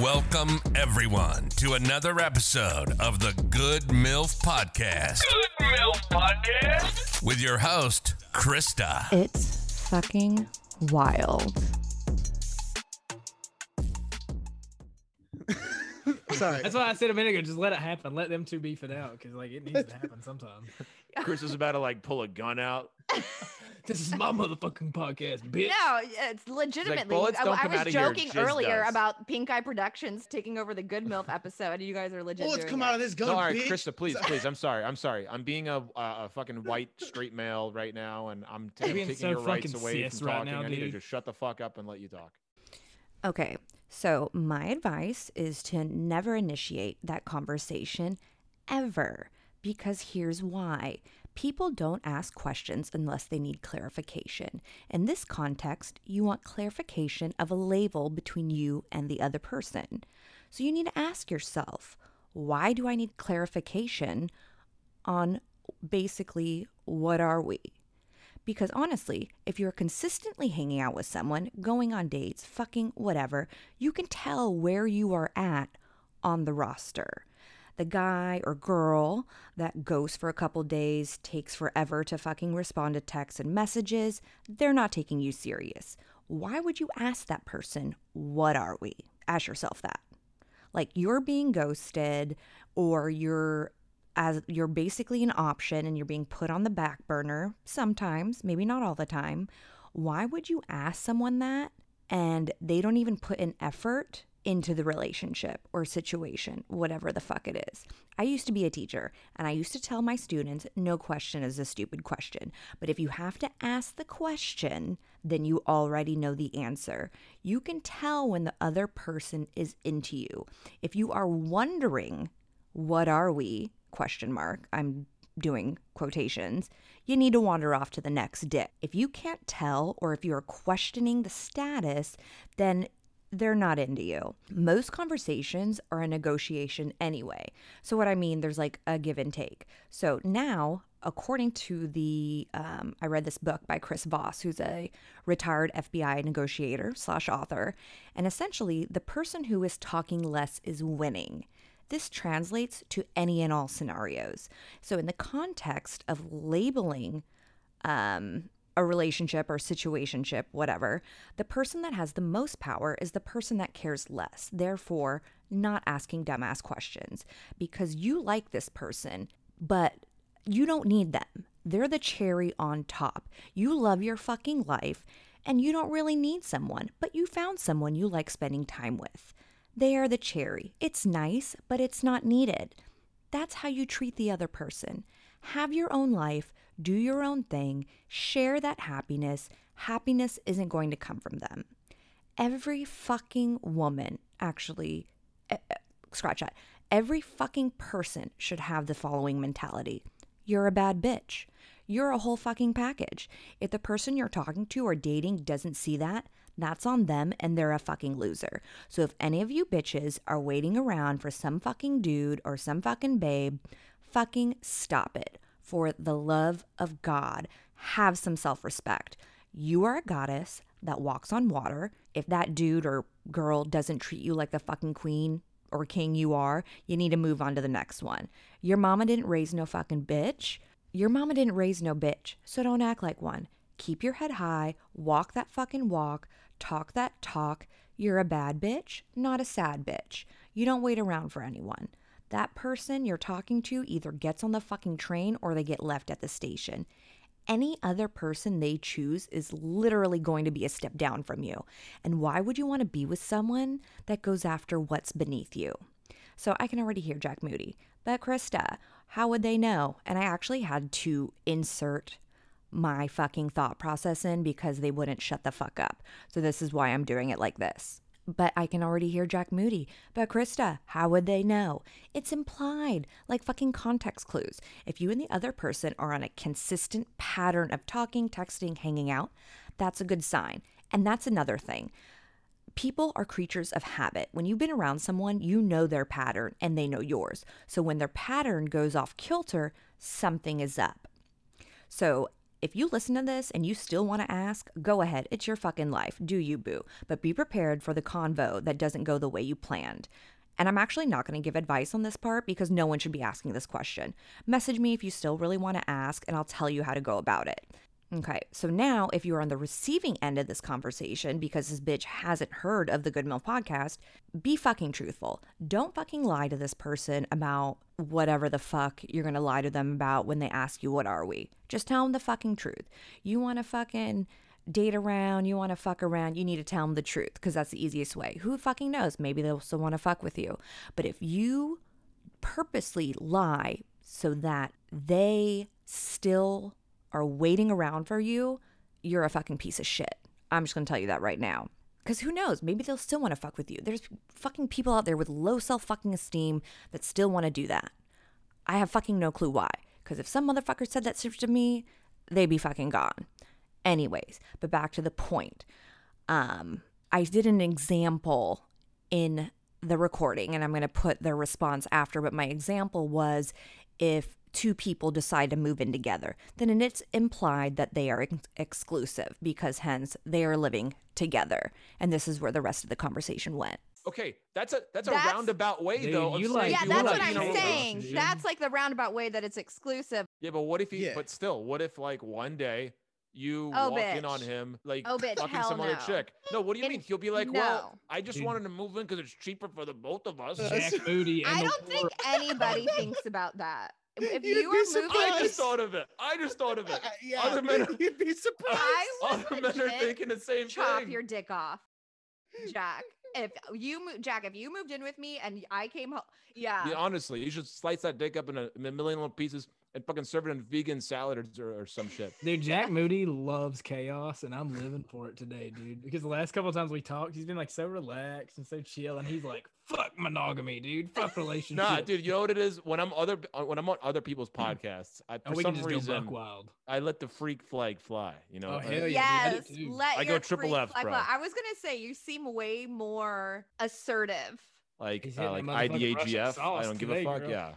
Welcome, everyone, to another episode of the Good MILF Podcast. Good MILF Podcast. With your host, Krista. It's fucking wild. Sorry. That's why I said a minute ago, just let it happen. Let them two beef it out because like it needs to happen sometime. Chris is about to like pull a gun out. this is my motherfucking podcast, bitch. No, it's legitimately. bullets I, don't I come was out of here, joking jizz earlier does. about Pink Eye Productions taking over the Good MILF episode, and you guys are legit. Bullets doing come it. out of this gun. No, all right, bitch. Krista, please, please. I'm sorry. I'm sorry. I'm being a uh, a fucking white straight male right now, and I'm t- You're being taking so your rights fucking away cis from right talking. now, I need to dude. just shut the fuck up and let you talk. Okay, so my advice is to never initiate that conversation ever because here's why. People don't ask questions unless they need clarification. In this context, you want clarification of a label between you and the other person. So you need to ask yourself, why do I need clarification on basically what are we? Because honestly, if you're consistently hanging out with someone, going on dates, fucking whatever, you can tell where you are at on the roster. The guy or girl that goes for a couple days, takes forever to fucking respond to texts and messages, they're not taking you serious. Why would you ask that person, what are we? Ask yourself that like you're being ghosted or you're as you're basically an option and you're being put on the back burner sometimes maybe not all the time why would you ask someone that and they don't even put an effort into the relationship or situation whatever the fuck it is i used to be a teacher and i used to tell my students no question is a stupid question but if you have to ask the question then you already know the answer you can tell when the other person is into you if you are wondering what are we question mark i'm doing quotations you need to wander off to the next dip if you can't tell or if you're questioning the status then they're not into you. Most conversations are a negotiation anyway. So, what I mean, there's like a give and take. So, now, according to the, um, I read this book by Chris Voss, who's a retired FBI negotiator slash author. And essentially, the person who is talking less is winning. This translates to any and all scenarios. So, in the context of labeling um, a relationship or situationship, whatever, the person that has the most power is the person that cares less, therefore, not asking dumbass questions because you like this person, but you don't need them. They're the cherry on top. You love your fucking life and you don't really need someone, but you found someone you like spending time with. They are the cherry. It's nice, but it's not needed. That's how you treat the other person. Have your own life, do your own thing, share that happiness. Happiness isn't going to come from them. Every fucking woman, actually, eh, eh, scratch that. Every fucking person should have the following mentality You're a bad bitch. You're a whole fucking package. If the person you're talking to or dating doesn't see that, that's on them and they're a fucking loser. So if any of you bitches are waiting around for some fucking dude or some fucking babe, fucking stop it. For the love of God, have some self respect. You are a goddess that walks on water. If that dude or girl doesn't treat you like the fucking queen or king you are, you need to move on to the next one. Your mama didn't raise no fucking bitch. Your mama didn't raise no bitch, so don't act like one. Keep your head high, walk that fucking walk, talk that talk. You're a bad bitch, not a sad bitch. You don't wait around for anyone. That person you're talking to either gets on the fucking train or they get left at the station. Any other person they choose is literally going to be a step down from you. And why would you want to be with someone that goes after what's beneath you? So I can already hear Jack Moody. But Krista, how would they know? And I actually had to insert my fucking thought process in because they wouldn't shut the fuck up. So this is why I'm doing it like this. But I can already hear Jack Moody. But Krista, how would they know? It's implied, like fucking context clues. If you and the other person are on a consistent pattern of talking, texting, hanging out, that's a good sign. And that's another thing people are creatures of habit. When you've been around someone, you know their pattern and they know yours. So when their pattern goes off kilter, something is up. So If you listen to this and you still want to ask, go ahead. It's your fucking life. Do you, boo? But be prepared for the convo that doesn't go the way you planned. And I'm actually not going to give advice on this part because no one should be asking this question. Message me if you still really want to ask, and I'll tell you how to go about it. Okay, so now if you're on the receiving end of this conversation because this bitch hasn't heard of the Good Milk podcast, be fucking truthful. Don't fucking lie to this person about whatever the fuck you're gonna lie to them about when they ask you, what are we? Just tell them the fucking truth. You wanna fucking date around, you wanna fuck around, you need to tell them the truth because that's the easiest way. Who fucking knows? Maybe they'll still wanna fuck with you. But if you purposely lie so that they still are waiting around for you, you're a fucking piece of shit. I'm just gonna tell you that right now. Because who knows? Maybe they'll still wanna fuck with you. There's fucking people out there with low self fucking esteem that still wanna do that. I have fucking no clue why. Because if some motherfucker said that shit to me, they'd be fucking gone. Anyways, but back to the point. Um, I did an example in the recording and I'm going to put the response after, but my example was if two people decide to move in together, then it's implied that they are ex- exclusive because hence they are living together. And this is where the rest of the conversation went. Okay, that's a that's a That's- roundabout way Dude, though. of you saying like- Oh, yeah, you that's like what I'm being a saying. relationship. That's like the roundabout way that it's exclusive. Yeah, but what if he? Yeah. But still, what if like one day you Oh, walk in on bitch. him like Oh, bitch, fucking hell some other no. chick? No, what do you And mean? He'll be like, well, no. I just Dude. wanted to move in because it's cheaper for the both of us. Uh, Jack Moody. And I the don't think War- anybody thinks about that. If You'd you be are moving, I surprised. just thought of it. I just thought of it. Uh, yeah, Other men are- you'd be surprised. I would Other men are legit thinking the same chop thing. your dick off, Jack. If you, mo- Jack, if you moved in with me and I came home, yeah, Yeah, honestly, you should slice that dick up in a, in a million little pieces and fucking serve it in vegan salad or, or, or some shit. Dude, Jack Moody loves chaos, and I'm living for it today, dude. Because the last couple times we talked, he's been like so relaxed and so chill, and he's like, "Fuck monogamy, dude. Fuck relationship." Nah, dude, you know what it is? When I'm other uh, when I'm on other people's podcasts, I for And we some can just go buck reason wild. I let the freak flag fly. You know, Oh, I- hell yeah. I do yes, too. let I go your triple freak F, flag bro. fly. I was gonna say you seem way more assertive. like He's uh, like hitting that motherfucking Russian IDAGF. I sauce don't give a today, fuck. girl. Yeah. 'Cause-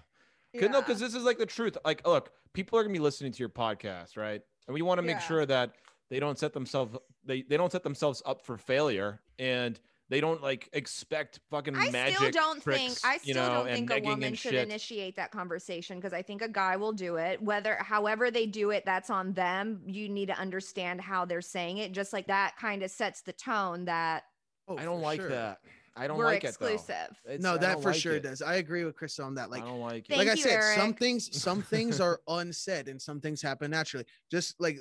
No, Yeah. because this is like the truth. Like, look, people are gonna be listening to your podcast, right? And we want to make Yeah. sure that they don't set themselves they they don't set themselves up for failure and they don't like expect fucking I magic. still don't think tricks, I you still know, don't and think a negging woman and should shit. initiate that conversation because I think a guy will do it. Whether however they do it, that's on them. You need to understand how they're saying it. Just like that kind of sets the tone that Oh, I don't for like sure. that. I don't we're like exclusive. it though. It's- No, I that don't for like sure it. does. I agree with Chris on that. Like, I don't like Thank it. like I you, said, some Eric. things some things are unsaid and some things happen naturally. Just like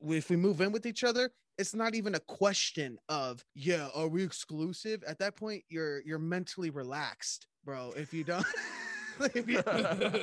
w- if we move in with each other, it's not even a question of yeah, are we exclusive? At that point, you're you're mentally relaxed, bro. If you don't. if you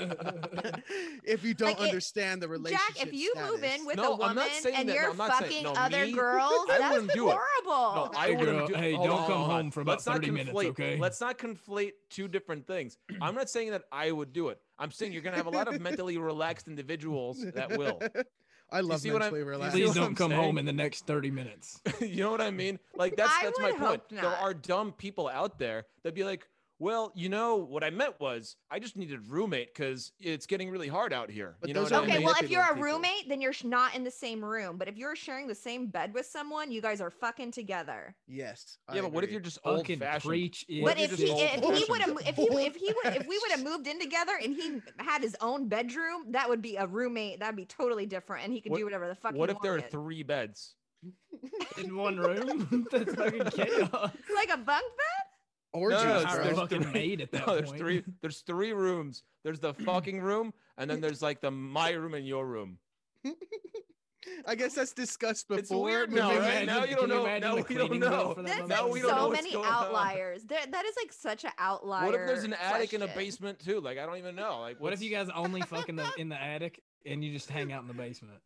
don't, if you don't Like it- understand the Jack, relationship, if you move status- in with No, a I'm woman not saying and that. No, you're I'm not saying- fucking no, other me? girls, I that's wouldn't do it. horrible. No, I Hey, wouldn't girl, do- hey, hold on, don't hold come on, hold on. home for about Let's not 30 minutes, conflate- okay? Let's not conflate two different things. I'm not saying that I would do it. I'm saying you're gonna have a lot of mentally relaxed individuals that will. I love see what I'm- mentally do you relaxed. see Please what I'm don't come saying? home in the next 30 minutes. you know what I mean? Like that's I that's my would point. hope There not. are dumb people out there that be like, well, you know what I meant was I just needed a roommate because it's getting really hard out here. But you know those what are I okay, mean? well, if you're manipulative a people. roommate, then you're sh- not in the same room. But if you're sharing the same bed with someone, you guys are fucking together. Yes. I yeah, but what if agree. you're just old Fucking fashioned? preach What But it, if if you he just if old he would have fashioned? if he if he would if we would have moved in together and he had his own bedroom, that would be a roommate. That'd be totally different, and he could What- do whatever the fuck. What he if there are wanted. three beds? in one room? That's fucking chaos. like a bunk bed? orgies, No, How there's- are bro. there's fucking three- made at that No, there's point. three. There's three rooms. There's the fucking room, and then there's like the my room and your room. I guess that's discussed before. It's weird moving now, in. right? imagine- Now can you don't know. imagine the Now we don't cleaning bill know. for There's that Now like we motherfucker? don't know so what's many going on. outliers. There, that is like such an outlier. What if there's an attic and a question. basement too? Like I don't even know. Like What if what's- you guys only fucking the, in the attic and you just hang out in the basement?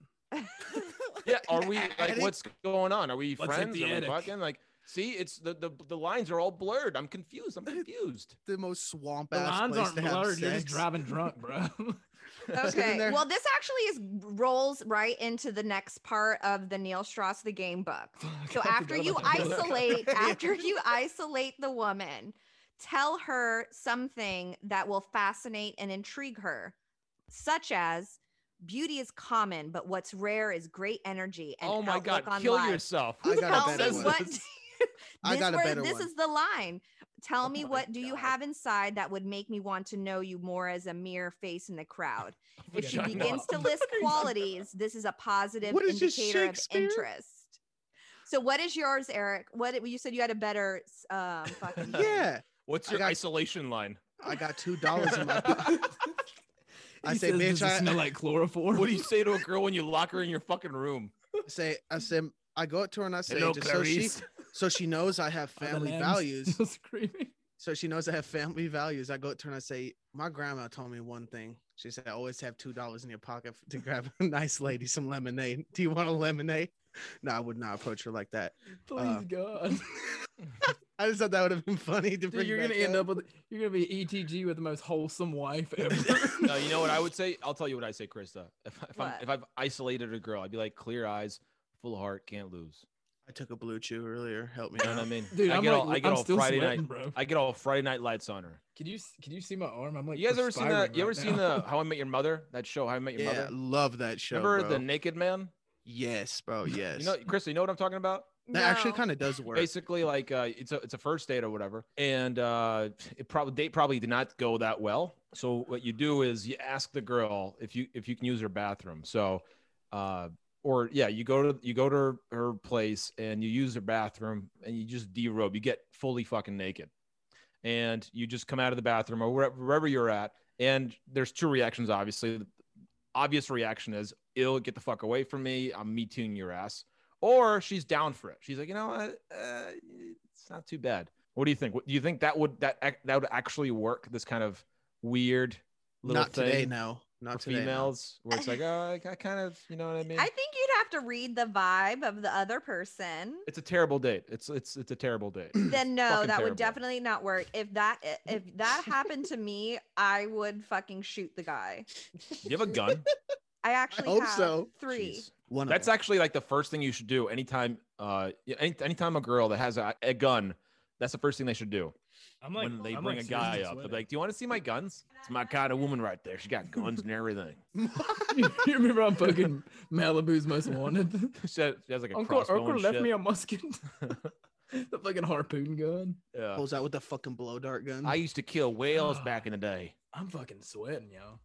Yeah, are we like Attic? what's going on? Are we Let's hit friends? the Are we attic. fucking like? See, it's the, the the lines are all blurred. I'm confused. I'm confused. the most swamp The ass lines place aren't to have blurred. You're just sex. driving drunk, bro. Sitting Okay. there. Well, this actually is rolls right into the next part of the Neil Strauss the game book. So after you isolate, after you isolate the woman, tell her something that will fascinate and intrigue her, such as beauty is common, but what's rare is great energy and oh my outlook god, on kill life. yourself. Who I got tell a better me one. what? do This is- you- I this got a where- better This one. is the line. Tell Oh me my what do you God. have inside that would make me want to know you more as a mere face in the crowd. If she Shut up. begins to list qualities, this is a positive What is this, indicator of Shakespeare? interest. So what is yours, Eric? What you said you had a better um fucking Yeah. What's I your got- isolation line? I got two dollars in my pocket. I He say, says, "Bitch, "Does it I- smell like chloroform. What do you say to a girl when you lock her in your fucking room? Say I said I go up to her and I say Hello, just so she Clarice. so she knows I have Are the family lambs values. still screaming. So she knows I have family values. I go up to her and I say, My grandma told me one thing. She said, always have two dollars in your pocket to grab a nice lady some lemonade. Do you want a lemonade? No, I would not approach her like that. Please Uh, God. I just thought that would have been funny to Dude, bring you're gonna back end up with you're gonna be ETG with the most wholesome wife ever. No, Uh, you know what I would say? I'll tell you what I say, Krista. If, if, I'm, What? if I've isolated a girl, I'd be like, clear eyes, full heart, can't lose. I took a blue chew earlier. Help me You know what I out. mean? Dude, I I'm get like, all, I get am all still Friday sweating, night. bro. I get all Friday night lights on her. Can you s- can you see my arm? I'm like, you guys ever seen perspiring that? You ever right seen now. the How I Met Your Mother? That show, How I Met Your Yeah, Mother. love that show. Remember bro. the naked man? yes, bro. Yes. You know, Krista, you know what I'm talking about? that actually No. kind of does work. Basically, like uh, it's a it's a first date or whatever, and uh, it probably date probably did not go that well. So what you do is you ask the girl if you if you can use her bathroom. So, uh, or yeah, you go to you go to her, her place and you use her bathroom and you just derobe. You get fully fucking naked, and you just come out of the bathroom or wherever, wherever you're at. And there's two reactions. Obviously, the obvious reaction is ill, get the fuck away from me. I'm me tooing your ass or she's down for it. She's like, you know what, uh, it's not too bad. What do you think? What- Do you think that would that ac- that would actually work? This kind of weird little Not thing today, no. Not for today. no. females, where it's like, oh, I, I kind of, you know what I mean? I think you'd have to read the vibe of the other person. it's a terrible date. It's it's it's a terrible date. then no, fucking that would terrible. definitely not work. If that i- if that happened to me, I would fucking shoot the guy. You have a gun. I actually hope have so. three. Jeez. One of That's them. actually like the first thing you should do anytime. Uh, yeah, any, anytime a girl that has a, a gun, that's the first thing they should do I'm like, when they I'm bring like a guy seriously up. They're sweating. like, "Do you want to see my guns? It's my kind of woman right there. She got guns and everything." you remember I'm fucking Malibu's most wanted? she, has, she has like a Uncle crossbow Uncle and left shit. me a musket. the fucking harpoon gun. Yeah. pulls out with the fucking blow dart gun. I used to kill whales back in the day. I'm fucking sweating, y'all.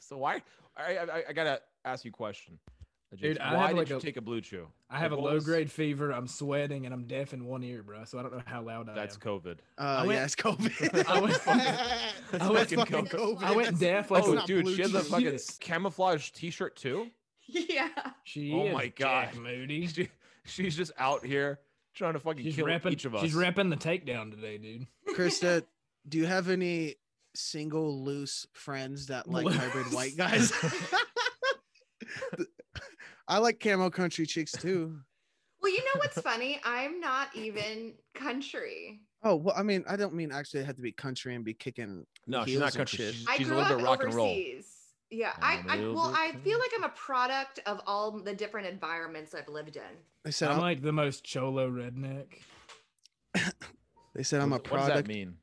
so why? I, I I gotta ask you a question. uh, Dude, Jason. I why have, did like, you a- take a blue chew? I have a Like, what low was- grade fever. I'm sweating and I'm deaf in one ear, bro. So I don't know how loud I That's am. COVID. uh, went- yeah, it's COVID. I went fucking- That's I went fucking fucking- COVID. I That's- went deaf like Oh, not dude, blue she has a chew. fucking Yes. camouflage T-shirt too. Yeah. she Oh is my God. Jack Moody. She, she's just out here trying to fucking She's kill repping. each of us. She's repping the takedown today, dude. Krista, do you have any single loose friends that like hybrid white guys? I like camo country chicks too. Well, you know what's funny? I'm not even country. Oh well, I mean, I don't mean actually have to be country and be kicking. no, she's heels not and country. shit. She's, I she's a grew little up bit rock and roll. overseas. Yeah, I'm I, a I little well, bit I feel country. like I'm a product of all the different environments I've lived in. They said I'm I'm, like the most cholo redneck. they said I'm a What- What does that product mean?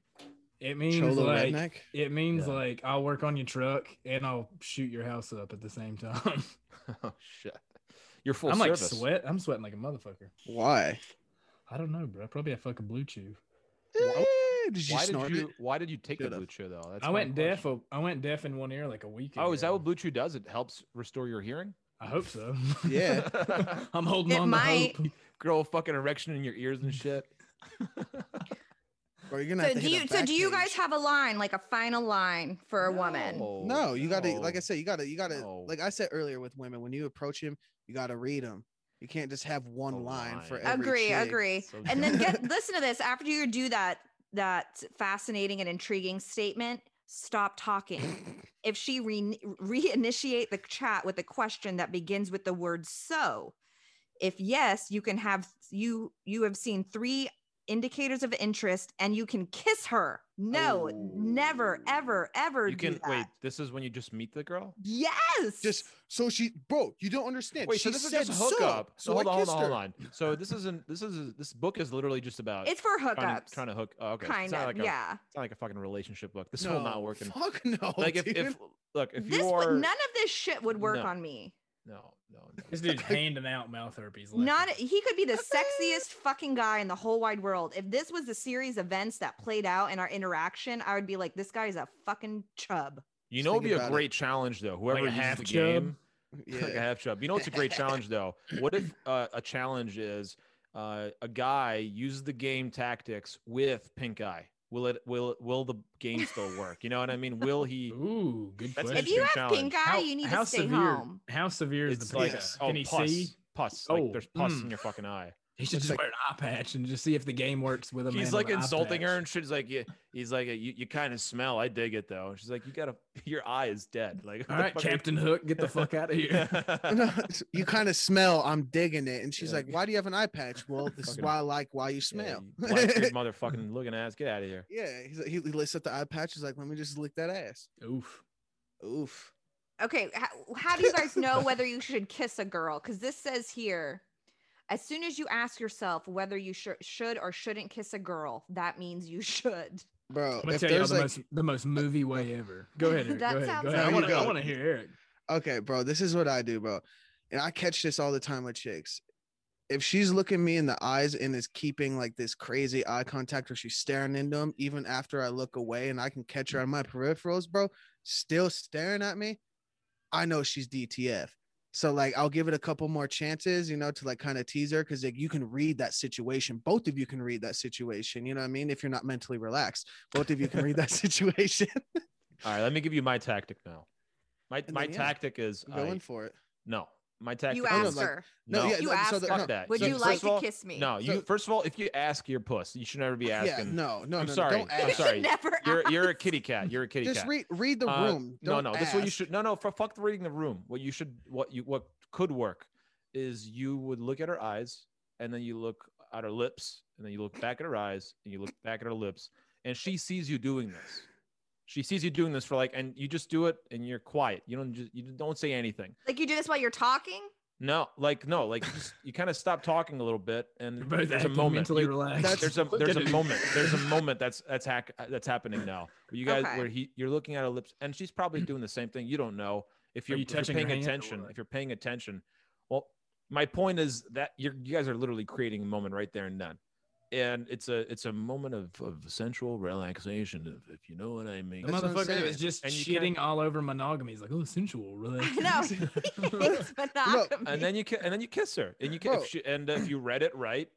It means cholo like redneck. it means Yeah. like I'll work on your truck and I'll shoot your house up at the same time. oh shit! You're full I'm like service. sweat. I'm sweating like a motherfucker. Why? I don't know, bro. Probably a fucking blue chew. Why- Eh, did you Why snort did you? it? Why did you take the Should've. blue chew though? That's I my went deaf. question. A, I went deaf in one ear like a week. Oh, is that ago. what Blue Chew does? It helps restore your hearing? I hope so. Yeah. I'm holding It on might. to hope. Grow a fucking erection in your ears and shit. Or you're gonna So have to do hit you? up So do you guys Backpage. have a line, like a final line for a woman? No, you gotta like I said, you gotta you gotta Oh, No. like I said earlier with women, when you approach him, you gotta read him. You can't just have one A line, for line. every Agree, chick. agree. So and then dumb. get listen to this after you do that that fascinating and intriguing statement stop talking if she re- reinitiate the chat with a question that begins with the word so if yes you can have you you have seen three indicators of interest and you can kiss her no never ever ever Oh. You do can that. wait. This is when you just meet the girl. yes Just so she bro, you don't understand. Wait, she so this is said just hookup. So, so hold I on, hold kissed on, her. hold on. So this isn't. This is this book is literally just about it's for hookups trying to, trying to uh, hook. Oh, okay, kind it's not of like a, yeah It's not like a fucking relationship book. This no, will not work. in- Fuck no. Like if, dude. if look, if this you would- are none of this shit would work No. on me. no, no, This dude's handing out mouth herpes. left Not and right. he could be the sexiest fucking guy in the whole wide world. If this was the series events that played out in our interaction, I would be like, this guy is a fucking chub. You Just know, it'd think be a about it. great challenge though. Whoever a uses half the chub? game, Yeah. like a half chub. You know, it's a great challenge though. What if uh, a challenge is uh, a guy uses the game tactics with pink eye? Will it? Will will the game still work? You know what I mean? Will he? Ooh, good That's question. If you have challenge. pink eye, you need to stay severe, home. How severe is It's the like pink pus. eye? oh Can he pus, see? pus. Like Oh, there's pus mm. in your fucking eye. He should Looks like- just wear an eye patch and just see if the game works with him. He's like insulting her and shit. He's like, yeah, he's like, you, you kind of smell. I dig it though. And she's like, you gotta, your eye is dead. Like, All right, Captain Hook, get the fuck out of here. No, it's- you kind of smell I'm digging it. And she's Yeah. like, Why do you have an eye patch? Well, this is Fucking- why I like why you smell. Yeah, you black-beard motherfucking looking ass. Get out of here. Yeah, he's like, he, he lifts up the eye patch. He's like, Let me just lick that ass. Oof. Oof. Okay, how, how do you guys know whether you should kiss a girl? Because this says here, as soon as you ask yourself whether you sh- should or shouldn't kiss a girl, that means you should. Bro, I'm gonna if tell you there's the like most the most movie way ever. Go ahead, Eric. That go ahead. sounds go ahead. I like- wanna- There you I go. want to hear Eric. okay, bro, this is what I do, bro. And I catch this all the time with chicks. If she's looking me in the eyes and is keeping like this crazy eye contact or she's staring into them, even after I look away and I can catch her on my peripherals, bro, still staring at me, I know she's DTF. So like I'll give it a couple more chances, you know, to like kind of tease her because like you can read that situation. Both of you can read that situation. You know what I mean? If you're not mentally relaxed, both of you can read that situation. All right, let me give you my tactic now. My And my then, yeah, tactic is Go in I- for it. no. My tactic. You is- no, asked like- her, No, yeah, You like, so asked the- fuck no, that. would So- you first like of to all- kiss me? No, you So- first of all, if you ask, you're a puss. You should never be Yeah, asking. no, no, I'm no, sorry. no. Don't I'm ask. You sorry. should never You're you're a ask. kitty cat. You're a kitty Just cat. read read the Uh, room. no, Don't no. This is what you ask. should. No, no. For fuck reading the room. What you should. What you what could work is you would look at her eyes, and then you look at her lips, and then you look back at her eyes, and you look back at her lips, and she sees you doing this. She sees you doing this for like, and you just do it, and you're quiet. You don't just you don't say anything. Like you do this while you're talking? No, like no, like you just you kind of stop talking a little bit, and You're both there's a acting moment. mentally you- relaxed. That's- there's a Look there's at a him. moment there's a moment that's that's hack that's happening now where you guys Okay. where he you're looking at her lips and she's probably doing the same thing you don't know if Are you're, you if you're touching her paying hand or attention what? if you're paying attention well my point is that you're you guys are literally creating a moment right there and then and it's a it's a moment of, of sensual relaxation if, if you know what i mean The That's what I'm motherfucker that saying. was just And you shitting can't- all over monogamy. He's like, oh, sensual, really. I know. he hates monogamy. and then you ki- and then you kiss her and you ki- Bro. if she, and if you read it right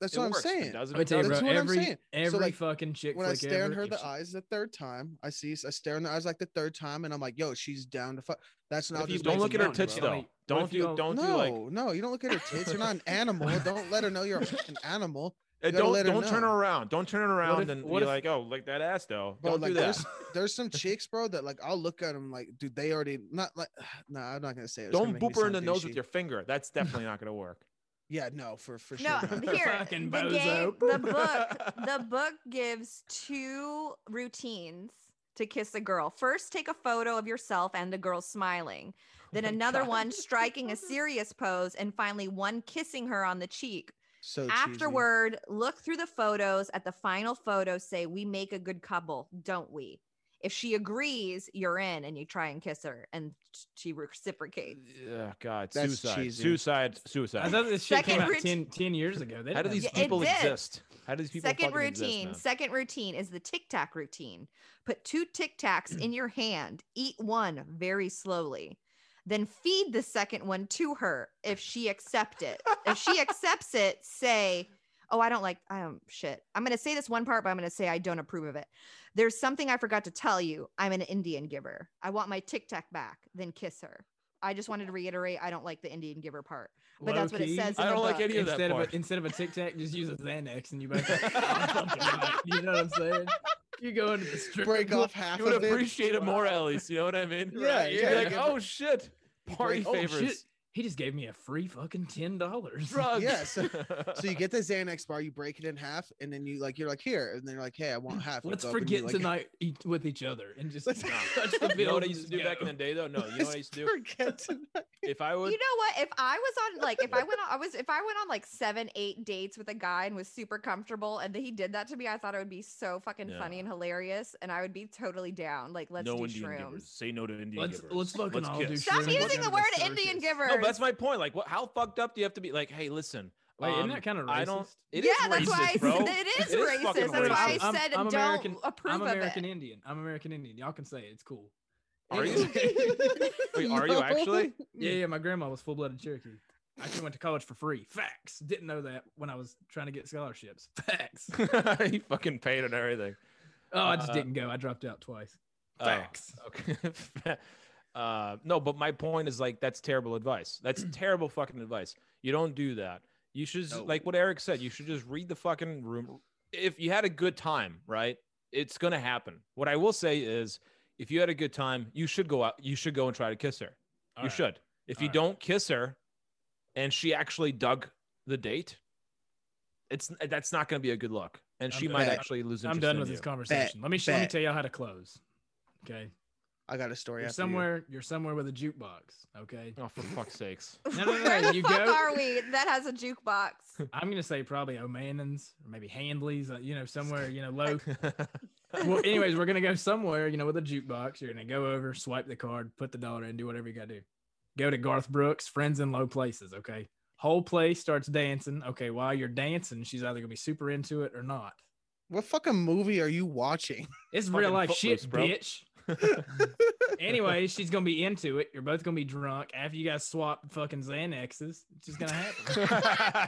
That's it what I'm works. If it saying. doesn't, Let me it tell you, bro. doesn't. That's what I'm Every saying. So, every like, fucking chick When I flick stare in ever, her if the she- eyes the third time, I see I stare in the eyes like the third time, and I'm like, yo, she's down to fuck. That's What not if you just don't makes look it at her mountain, tits bro. though Like, what don't if you you don't- don't no, you like no, you don't look at her tits. You're not an animal. Don't let her know you're a fucking animal. Uh, gotta don't let her don't turn know. her around. Don't turn her around if- and be what if- like, oh, like that ass though. Bro, don't like do that. there's there's some chicks, bro, that like I'll look at them like, dude, they already not like. Nah, I'm not gonna say it. It's gonna Don't make me boop her in the sound nose with douchey. your finger. That's definitely not gonna work. Yeah, no, for for sure. No, not. here the, game, Fucking bozo. the book, the book gives two routines to kiss a girl. First, take a photo of yourself and the girl smiling. Then Oh my another God. one striking a serious pose, and finally one kissing her on the cheek. So cheesy. Afterward, look through the photos. At the final photo, say, "We make a good couple, don't we?" If she agrees, you're in, and you try and kiss her, and she reciprocates. Oh God, That's suicide, cheesy. suicide, I suicide. thought this shit came Second out routine- 10, 10 years ago. They How do didn't these have Yeah, it people did. exist? How do these people second fucking routine Exist, second routine is the tic tac routine put two tic tacs in your hand eat one very slowly then feed the second one to her if she accept it if she accepts it say oh i don't like i don't shit i'm going to say this one part but i'm going to say i don't approve of it there's something i forgot to tell you i'm an indian giver i want my tic tac back then kiss her i just wanted to reiterate i don't like the indian giver part but that's what it Low-key, says I in the don't like book. any of that instead of part. a, instead of a Tic Tac, just use a Xanax and you both. have something like- you know what I'm saying? You go into the strip. break club, off half You would of it. appreciate it more, Elise. You know what I mean? Yeah, You'd be yeah, like, yeah. oh shit, You party break- oh, favors. shit. He just gave me a free fucking ten dollars. Drugs. Yeah, so- So you get the Xanax bar, you break it in half, and then you like you're like here, and then you're like, hey, I want half. Let's It's open, forget you're like, tonight eat with each other and just Let's- touch the you know bill. what I used to do back in the day though? No, you know what I used to do? Forget tonight. If I You would know what? If I was on like if I went on I was if I went on like seven, eight dates with a guy and was super comfortable and then he did that to me, I thought it would be so fucking funny Yeah. and hilarious and I would be totally down. Like let's no do Indian shrooms. givers. Say no to Indian Let's- givers. let's fucking all do kiss. shrooms. Stop Shrooms. using the Welcome word to the Indian circus. givers. No, but that's my point. Like what how fucked up do you have to be like, hey, listen. Wait, um, isn't that kind of racist? I don't it is yeah, that's why I racist, bro. said it is It is racist. fucking that's why racist. I I'm- said I'm don't American- approve I'm American of it. Indian. I'm American Indian. Y'all can say it. It's cool. Are you? Wait, are you actually? Yeah, yeah. My grandma was full blooded Cherokee. I actually went to college for free. Facts. Didn't know that when I was trying to get scholarships. Facts. he fucking paid and everything. Oh, I just Uh, didn't go. I dropped out twice. Oh, Facts. okay. uh, no, but my point is like that's terrible advice. That's terrible fucking advice. You don't do that. You should just- No. like what Eric said. You should just read the fucking room. If you had a good time, right? It's gonna happen. What I will say is, if you had a good time, you should go out. You should go and try to kiss her. All you right. should. If you All right. don't kiss her, and she actually dug the date, it's that's not gonna be a good look, and I'm she done. might Yeah. actually lose interest. I'm done in with you. this conversation. let me sh- let me bet. tell y'all how to close. Okay, I got a story. you're after you. somewhere. You're somewhere with a jukebox. Okay, Oh, for fuck's sakes. No, no, no, Where no, the you fuck go- are we? That has a jukebox. I'm gonna say probably O'Mannon's or maybe Handley's. uh, You know, somewhere you know low. well, anyways, we're gonna go somewhere. You know, with a jukebox. You're gonna go over, swipe the card, put the dollar in, do whatever you gotta do. Go to Garth Brooks, Friends in Low Places. Okay, whole place starts dancing. Okay, while you're dancing, she's either gonna be super into it or not. What fucking movie are you watching? It's Fucking real life Footloose, shit, bro. bitch. Anyway, she's gonna be into it. You're both gonna be drunk after you guys swap fucking Xanaxes. It's just gonna happen.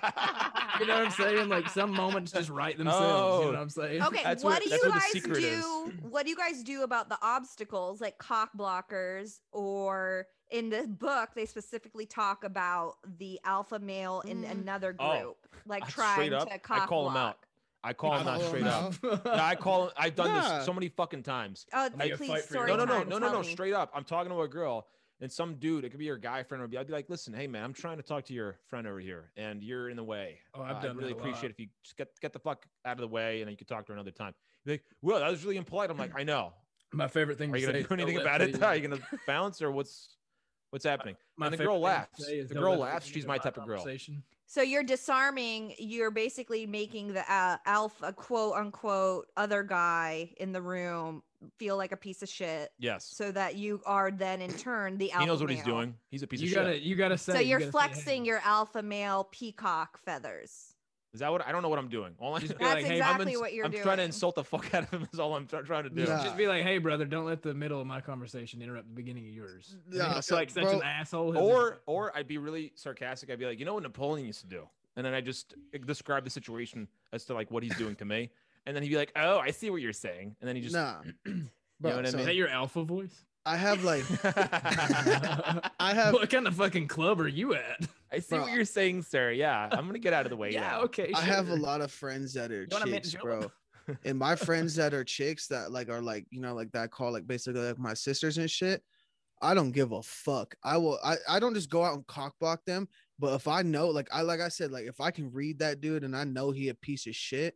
you know what I'm saying? Like some moments just write themselves. You know Oh. what I'm saying? Okay, That's what what- do that's you what the guys secret is. do? What do you guys do about the obstacles like cock blockers or in the book they specifically talk about the alpha male in another Oh, group like I- trying straight up, to I cock call 'em block. out. I call him out Call 'em straight up. Yeah, I I call him. I've done Nah. this so many fucking times. Oh, Make a please fight for your story No, no, no, time, no, no, tell no. me. Straight up. I'm talking to a girl and some dude, it could be your guy friend, would be, I'd be like, listen, hey man, I'm trying to talk to your friend over here and you're in the way. Oh, I've Uh, done I'd that really a appreciate lot. if you just get get the fuck out of the way and then you could talk to her another time. You're like, well, that was really impolite. I'm like, I know. My favorite thing. Are to you gonna say is do anything don't let about it? the- Are you gonna bounce or what's what's happening? my and the favorite girl thing to laughs. say is The don't girl let laughs. get She's into my my type of girl. conversation. So you're disarming. You're basically making the uh, alpha quote unquote other guy in the room feel like a piece of shit, Yes. so that you are then in turn the alpha. He knows what he's male. doing. He's a piece You of gotta, shit. you gotta say. So you you're gotta say, hey. flexing your alpha male peacock feathers. Is that what I don't know what I'm doing? All I, Just be That's like, hey, I'm, exactly ins- what you're I'm doing. trying to insult the fuck out of him. Is all I'm try- trying to do. Yeah. Just be like, hey, brother, don't let the middle of my conversation interrupt the beginning of yours. And then Yeah, you'll feel so, like such bro- an asshole. Or or I'd be really sarcastic. I'd be like, you know what Napoleon used to do, and then I just describe the situation as to like what he's doing to me, and then he'd be like, oh, I see what you're saying, and then he just. nah, know bro. what I so is mean? that your alpha voice? I have like I have what kind of fucking club are you at? I see what Bro. you're saying, sir. Yeah, I'm gonna get out of the way. yeah, now. okay. I have a sure. lot of friends that are wanna make chicks, a bro. and my friends that are chicks that like are like, you know, like that I call like basically like my sisters and shit. I don't give a fuck. I will I, I don't just go out and cock block them, but if I know like I like I said, like if I can read that dude and I know he a piece of shit,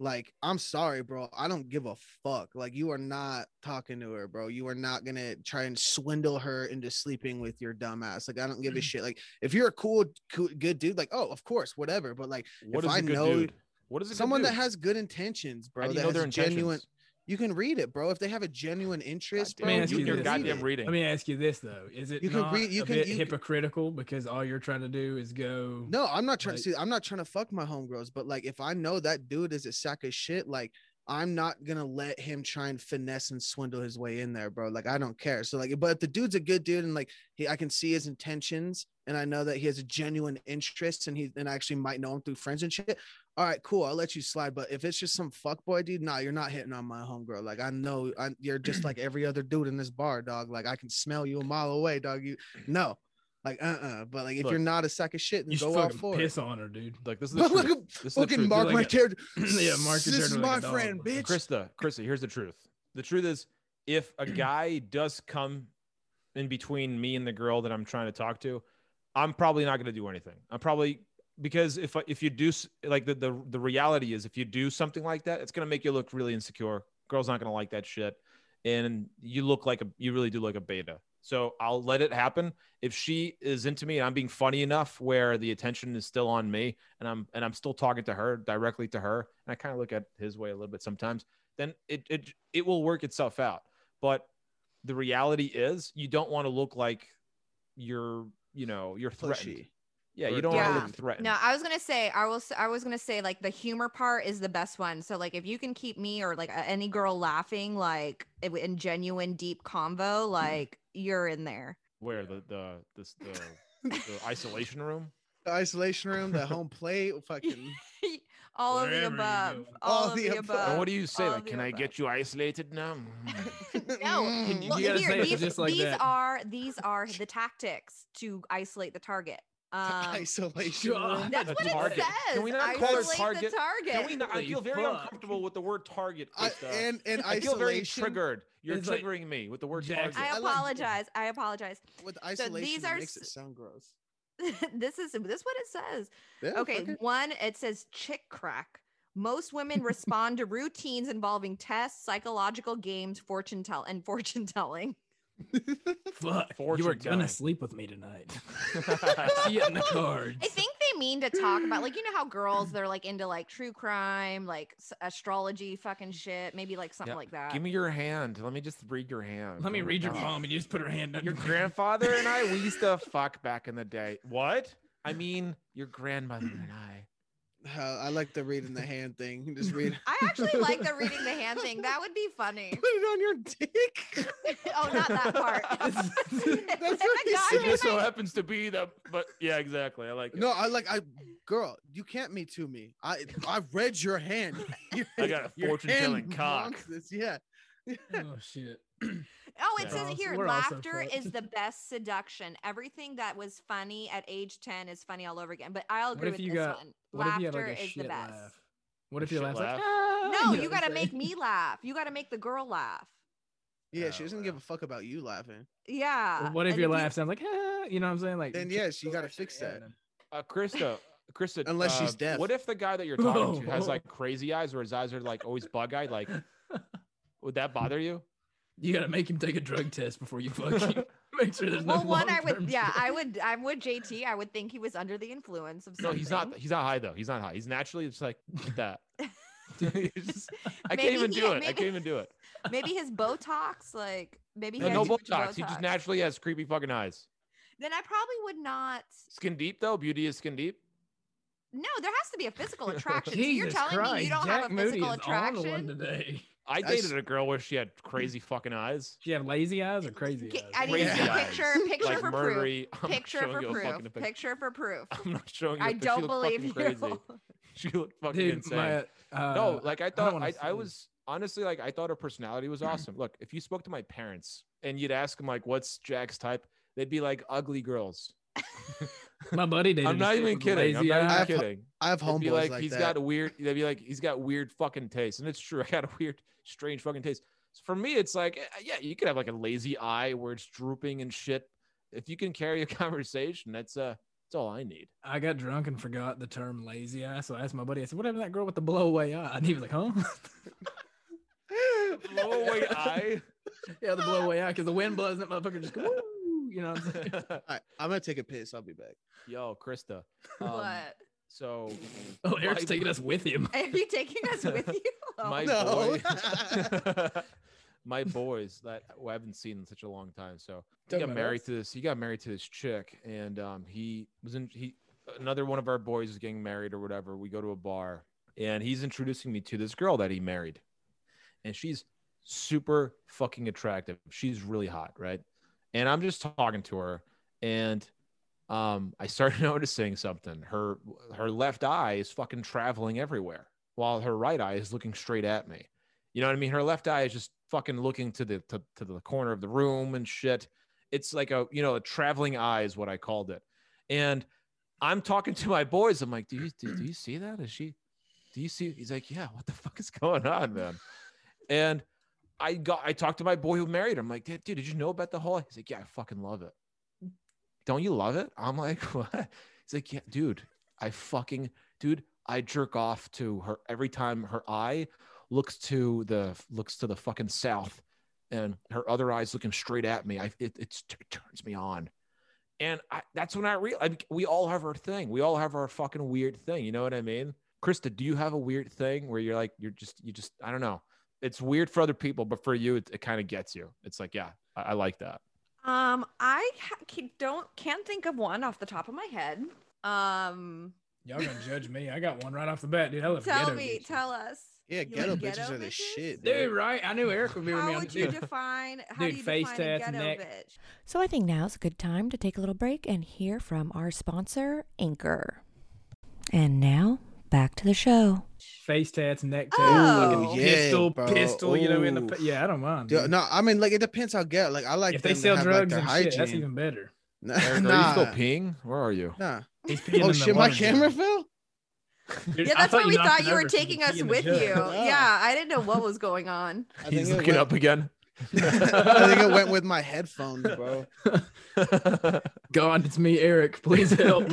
like I'm sorry, bro. I don't give a fuck. Like you are not talking to her, bro. You are not gonna try and swindle her into sleeping with your dumb ass. Like I don't Mm. give a shit. Like if you're a cool, cool good dude, like oh of course, whatever. But like What If is I a good know- dude? What is a good someone that dude? has good intentions, bro. How do you that know has their genuine. intentions? You can read it, bro. If they have a genuine interest, Goddamn, bro, Man, ask you, you your this. goddamn reading. Let me ask you this though: Is it You can not read- you a can- bit you can- hypocritical because all you're trying to do is go? No, I'm not trying Like- to see. I'm not trying to fuck my homegirls, but like, if I know that dude is a sack of shit, like, I'm not gonna let him try and finesse and swindle his way in there, bro. Like, I don't care. So like, but if the dude's a good dude and like, he, I can see his intentions and I know that he has a genuine interest and he and I actually might know him through friends and shit. All right, cool. I'll let you slide. But if it's just some fuckboy dude, nah, you're not hitting on my homegirl. Like I know I, you're just like every other dude in this bar, dog. Like I can smell you a mile away, dog. You no, like uh uh But like if Look, you're not a sack of shit, then you should go out fucking for it. piss on her, dude. Like this is the But truth. look at This is the fucking truth. Mark You're my like character. yeah, Mark This is turned like my a dog, friend, bro. bitch. Krista, Krista, here's the truth. The truth is, if a guy does come in between me and the girl that I'm trying to talk to, I'm probably not going to do anything. I'm probably because if if you do s- like the, the the reality is if you do something like that, it's going to make you look really insecure. Girls not going to like that shit, and you look like a you really do look a beta. So I'll let it happen. If she is into me and I'm being funny enough where the attention is still on me and I'm and I'm still talking to her directly to her, and I kind of look at his way a little bit sometimes, then it it it will work itself out. But the reality is you don't want to look like you're you know you're threatened. Pushy. Yeah, Or you don't want to Yeah. look threatened. No, I was gonna say I was I was gonna say like the humor part is the best one. So like if you can keep me or like a- any girl laughing like i- in genuine deep convo, like you're in there. Where the the this the, the isolation room? The isolation room, the home plate, fucking all Wherever you of the above. go. All, of the above. and what do you say? Uh, all Like, the can I above. get you isolated now? Mm. No, Can you- Well, you gotta here, say it these, just like these that. are these are the tactics to isolate the target. Um, isolation God. room. that's what it Target. says. Can we not call it isolate target? the target. Can we not, I Holy feel very fuck. uncomfortable with the word target. I, Krista. and and I feel very isolation triggered. You're It's like- triggering me with the word Jackson. target. I I like- apologize. I apologize. with these isolation it are makes it s- sound gross. this is this is what it says. Yeah, Okay, fuck it. one it says chick crack. Most women respond to routines involving tests, psychological games, fortune tell, and fortune telling. Fuck. you were Fortune gonna telling. sleep with me tonight. See it in the cards. I think they mean to talk about like you know how girls they're like into like true crime, like s- astrology, fucking shit, maybe like something Yeah, like that. Give me your hand. Let me just read your hand. Let me Oh my read your God. palm, and you just put her hand under Your grandfather and I, we used to fuck back in the day. What? I mean, your grandmother and I. How- I like the reading the hand thing. You Just read. I actually like the reading the hand thing. That would be funny. Put it on your dick. oh, not that part. That's what he It said. just so happens to be the, but yeah, exactly. I like it. No, I like I girl, you can't me to me. I I read your hand. Your- I got a your fortune-telling hand cock. wants this, Yeah. Oh shit. Oh, it Yeah. says it Also- here we're also laughter fucked. is the best seduction. Everything that was funny at age 10 is funny all over again. But I'll What agree if with you this got- one. What if you had Laughter like a is the shit best. laugh? What if Shit your laugh's like laugh? "Ah," No, you you got to say. make me laugh. You got to make the girl laugh. Yeah, she Oh, doesn't give a fuck about you laughing. Yeah. Well, what if and your laugh sounds like ah, you know what I'm saying? Like Then you yes, you can't gotta actually fix add that. them. Uh, Krista, Krista. Unless she's uh, deaf. What if the guy that you're talking to has Oh. like crazy eyes, or his eyes are like always bug-eyed? Like, would that bother you? You gotta make him take a drug test before you fuck him. Make sure there's Well, no one, I long-term would, yeah, shit. I would, I'm with JT. I would think he was under the influence of No, something. he's not. He's not high though. He's not high. He's naturally just like that. He's just- I Maybe can't even he- do it. I maybe- can't even do it. Maybe his Botox, like, maybe he No, had no too much Botox. He just naturally has creepy fucking eyes. Then I probably would not. Skin deep though. Beauty is skin deep. No, there has to be a physical attraction. so you're Jesus telling me Christ, you don't Jack have a Moody physical is On the one attraction? today. I I s- dated a girl where she had crazy fucking eyes. She had lazy eyes or crazy K- eyes. I need Crazy to see a eyes. picture, picture like for proof. murdery. I'm not Picture showing for you a fucking proof. pic- Picture for proof. I'm not showing you. a I pic- she don't looked believe fucking you. Crazy. She looked fucking Dude, insane. my, uh, no, like I thought, wanna I, see I this. was honestly like, I thought her personality was awesome. Look, if you spoke to my parents and you'd ask them like, "What's Jack's type?" They'd be like, "Ugly girls." my buddy dated. I'm a not chick even with kidding. I'm Lazy not eyes. even I've- kidding. I have They'd be homeboys like, like, he's that. got a weird. They'd be like, he's got weird fucking taste, and it's true. I got a weird, strange fucking taste. So for me, it's like, eh, yeah, you could have like a lazy eye where it's drooping and shit. If you can carry a conversation, that's uh, that's all I need. I got drunk and forgot the term lazy eye, so I asked my buddy. I said, "What happened to that girl with the blow away eye?" And he was like, "Huh? Blow away eye. yeah, the blow away eye, because the wind blows and that motherfucker just go, woo, you know." What I'm saying? All right, I'm gonna take a piss. I'll be back. Yo, Krista. um, What? So Oh, Eric's My- taking us with him. Are you taking us with you? Oh, my No. boy, my boys that who I haven't seen in such a long time. So he Talking got about married us? to this. He got married to this chick, and um, he was in. He another one of our boys is getting married or whatever. We go to a bar, and he's introducing me to this girl that he married, and she's super fucking attractive. She's really hot, right? And I'm just talking to her, and um, I started noticing something. Her her left eye is fucking traveling everywhere, while her right eye is looking straight at me. You know what I mean? Her left eye is just fucking looking to the to, to the corner of the room and shit. It's like a you know a traveling eye is what I called it. And I'm talking to my boys. I'm like, do you do, do you see that? Is she? Do you see? He's like, yeah. What the fuck is going on, man? And I got I talked to my boy who married her. I'm like, dude, did you know about the whole? He's like, yeah, I fucking love it. don't you love it? I'm like, what? He's like, yeah, dude, I fucking, dude, I jerk off to her every time her eye looks to the looks to the fucking south, and her other eye's looking straight at me. I it it's, it turns me on, and I, that's when I realize we all have our thing. We all have our fucking weird thing. You know what I mean? Krista, do you have a weird thing where you're like, you're just, you just, I don't know. It's weird for other people, but for you, it, it kind of gets you. It's like, yeah, I, I like that. Um, I ha- ca- don't can't think of one off the top of my head. Um, Y'all gonna judge me? I got one right off the bat, dude. I love tell ghetto me, bitches. tell us. Yeah, like ghetto, ghetto bitches are the bitches? shit, Dude, right? I knew Eric would be with me How on would you dude. define how Dude, do you face, define a tats, ghetto neck. bitch? So I think now's a good time to take a little break and hear from our sponsor, Anchor. And now back to the show. Face tats, neck tats, Oh. fucking Ooh, yeah, pistol, bro. pistul. You know, in the Ooh. p- yeah, I don't mind. Dude, dude. no, I mean like it depends how ghetto. Like I like if they them to sell have, drugs like, and their shit, that's even better. Eric, nah, Are you still peeing? Where are you? nah. He's peeing Oh in the shit, my water jug. camera fell. Dude, yeah, I that's why we knocked thought it you were over so could taking pee us in the with you. jug. Yeah. Yeah, I didn't know what was going on. I think He's it looking went- up again. I think it went with my headphones, bro. God, it's me, Eric. Please help.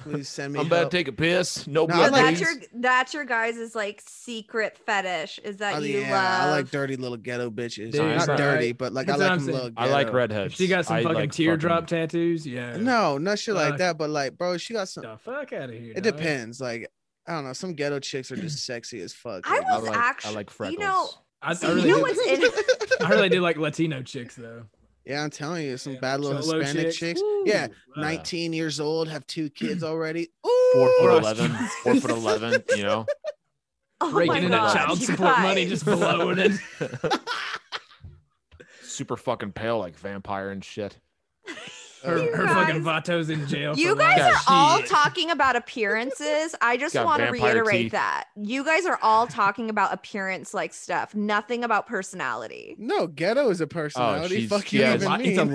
Please send me. I'm about to help. take a piss. No No, I So blood, like- that's please. your that's your guys' like secret fetish is that Oh, you yeah, love I like dirty little ghetto bitches. Dude, Not right. dirty, but like That's I what like I'm them saying. little. I like ghetto. if redheads. she got some I fucking like teardrop fucking- tattoos, yeah. No, not shit like Fuck. that, but like, bro, she got some. The fuck out of here. It dog. depends. Like, I don't know. Some ghetto chicks are just sexy as fuck. I like, I was like, actually I like freckles. you know I, See, I really you know do- what's in- I really do like Latino chicks though. yeah, I'm telling you, some Yeah, bad little solo Hispanic chicks. Yeah, Ooh, wow. 19 years old, have two kids already. four Ooh, foot Ooh. eleven, four foot eleven. You know, oh my Raking in God, that child you support money, guys. just blowing it. super fucking pale like vampire and shit. Her, You her fucking guys- vato's in jail. You for life. guys are all Shit. talking about appearances. I just Got want to vampire reiterate teeth. that. You guys are all talking about appearance like stuff, nothing about personality. no, ghetto is a personality. Oh, she's- Fuck you, yeah, even Li- It's a mean.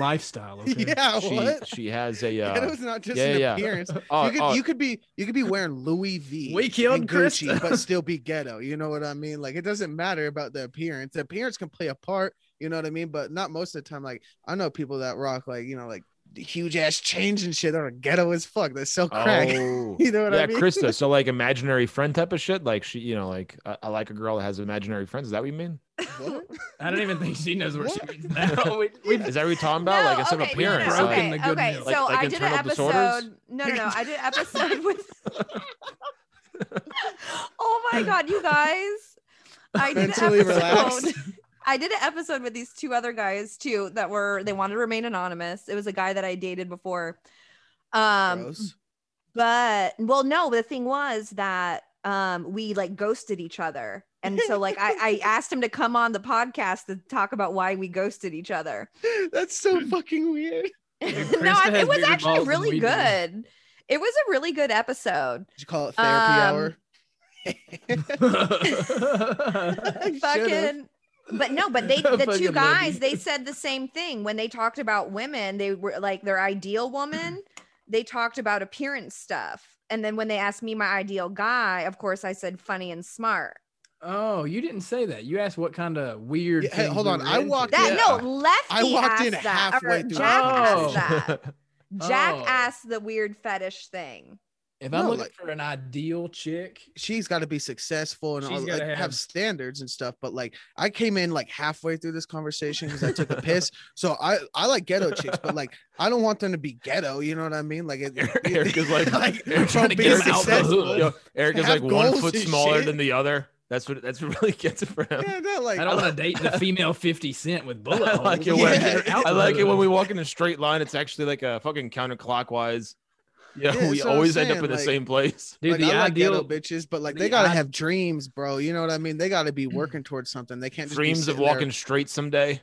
lifestyle. Okay? Yeah, She Oh, what? she has a uh, Ghetto's not just yeah, an yeah. appearance. oh, you could oh, you could be you could be wearing Louis V. We killed and Gucci, Krista. but still be ghetto. You know what I mean? Like it doesn't matter about the appearance. The appearance can play a part. You know what I mean? But not most of the time. Like I know people that rock like you know like huge ass chains and shit that are ghetto as fuck. They sell crack. oh. you know what yeah, I mean? Krista. So like imaginary friend type of shit. Like she, you know, like I, I like a girl that has imaginary friends. Is that what you mean? What? I don't even think she knows where she is now. We, we, Is that what you're talking about? like it's some okay, no, no, appearance. no, like, okay, Broken the good okay. news. so Like- like I did an internal episode. disorders? No, no, no. I did an episode with. oh my god, you guys! I did Mentally an relaxed. episode. I did an episode with these two other guys too that were they wanted to remain anonymous. It was a guy that I dated before. Um, Gross. but well no the thing was that um we like ghosted each other and so like I, I asked him to come on the podcast to talk about why we ghosted each other That's so fucking weird. Did no Krista I, has it was bigger actually balls than we really do. good it was a really good episode you call it therapy Um, hour? Should've. fucking but no but they I the fucking two love guys you. they said the same thing when they talked about women they were like their ideal woman they talked about appearance stuff and then when they asked me my ideal guy of course i said funny and smart oh, you didn't say that. You asked what kind of weird. Yeah, hey, things hold we on, were I into. walked That Yeah. no, Lefty I walked in asked that, halfway or through the Jack Oh. asked that. Jack Oh. asked the weird fetish thing. If I'm No, looking like- for an ideal chick, she's got to be successful and She's all, like, gotta have, have- standards and stuff. But like, I came in like halfway through this conversation because I took a piss. So I I like ghetto chicks, but like I don't want them to be ghetto. You know what I mean? Like it, Eric is like, from Eric trying to being get him out the successful. hood. Yo, Eric is Have like one goals foot and smaller shit. than the other. That's what that's what really gets it for him. Yeah, no, like I don't want to date the female 50 Cent with bullet I like it holes. when Yeah. I like it when we walk in a straight line. It's actually like a fucking counterclockwise. Yeah, Yeah, we that's what I'm always end up saying, in the like- same place. Dude, like, the I like ideal. ghetto bitches, but like the they gotta id- have dreams, bro. You know what I mean? They gotta be working towards something. They can't just be Dreams of sitting there- walking straight someday.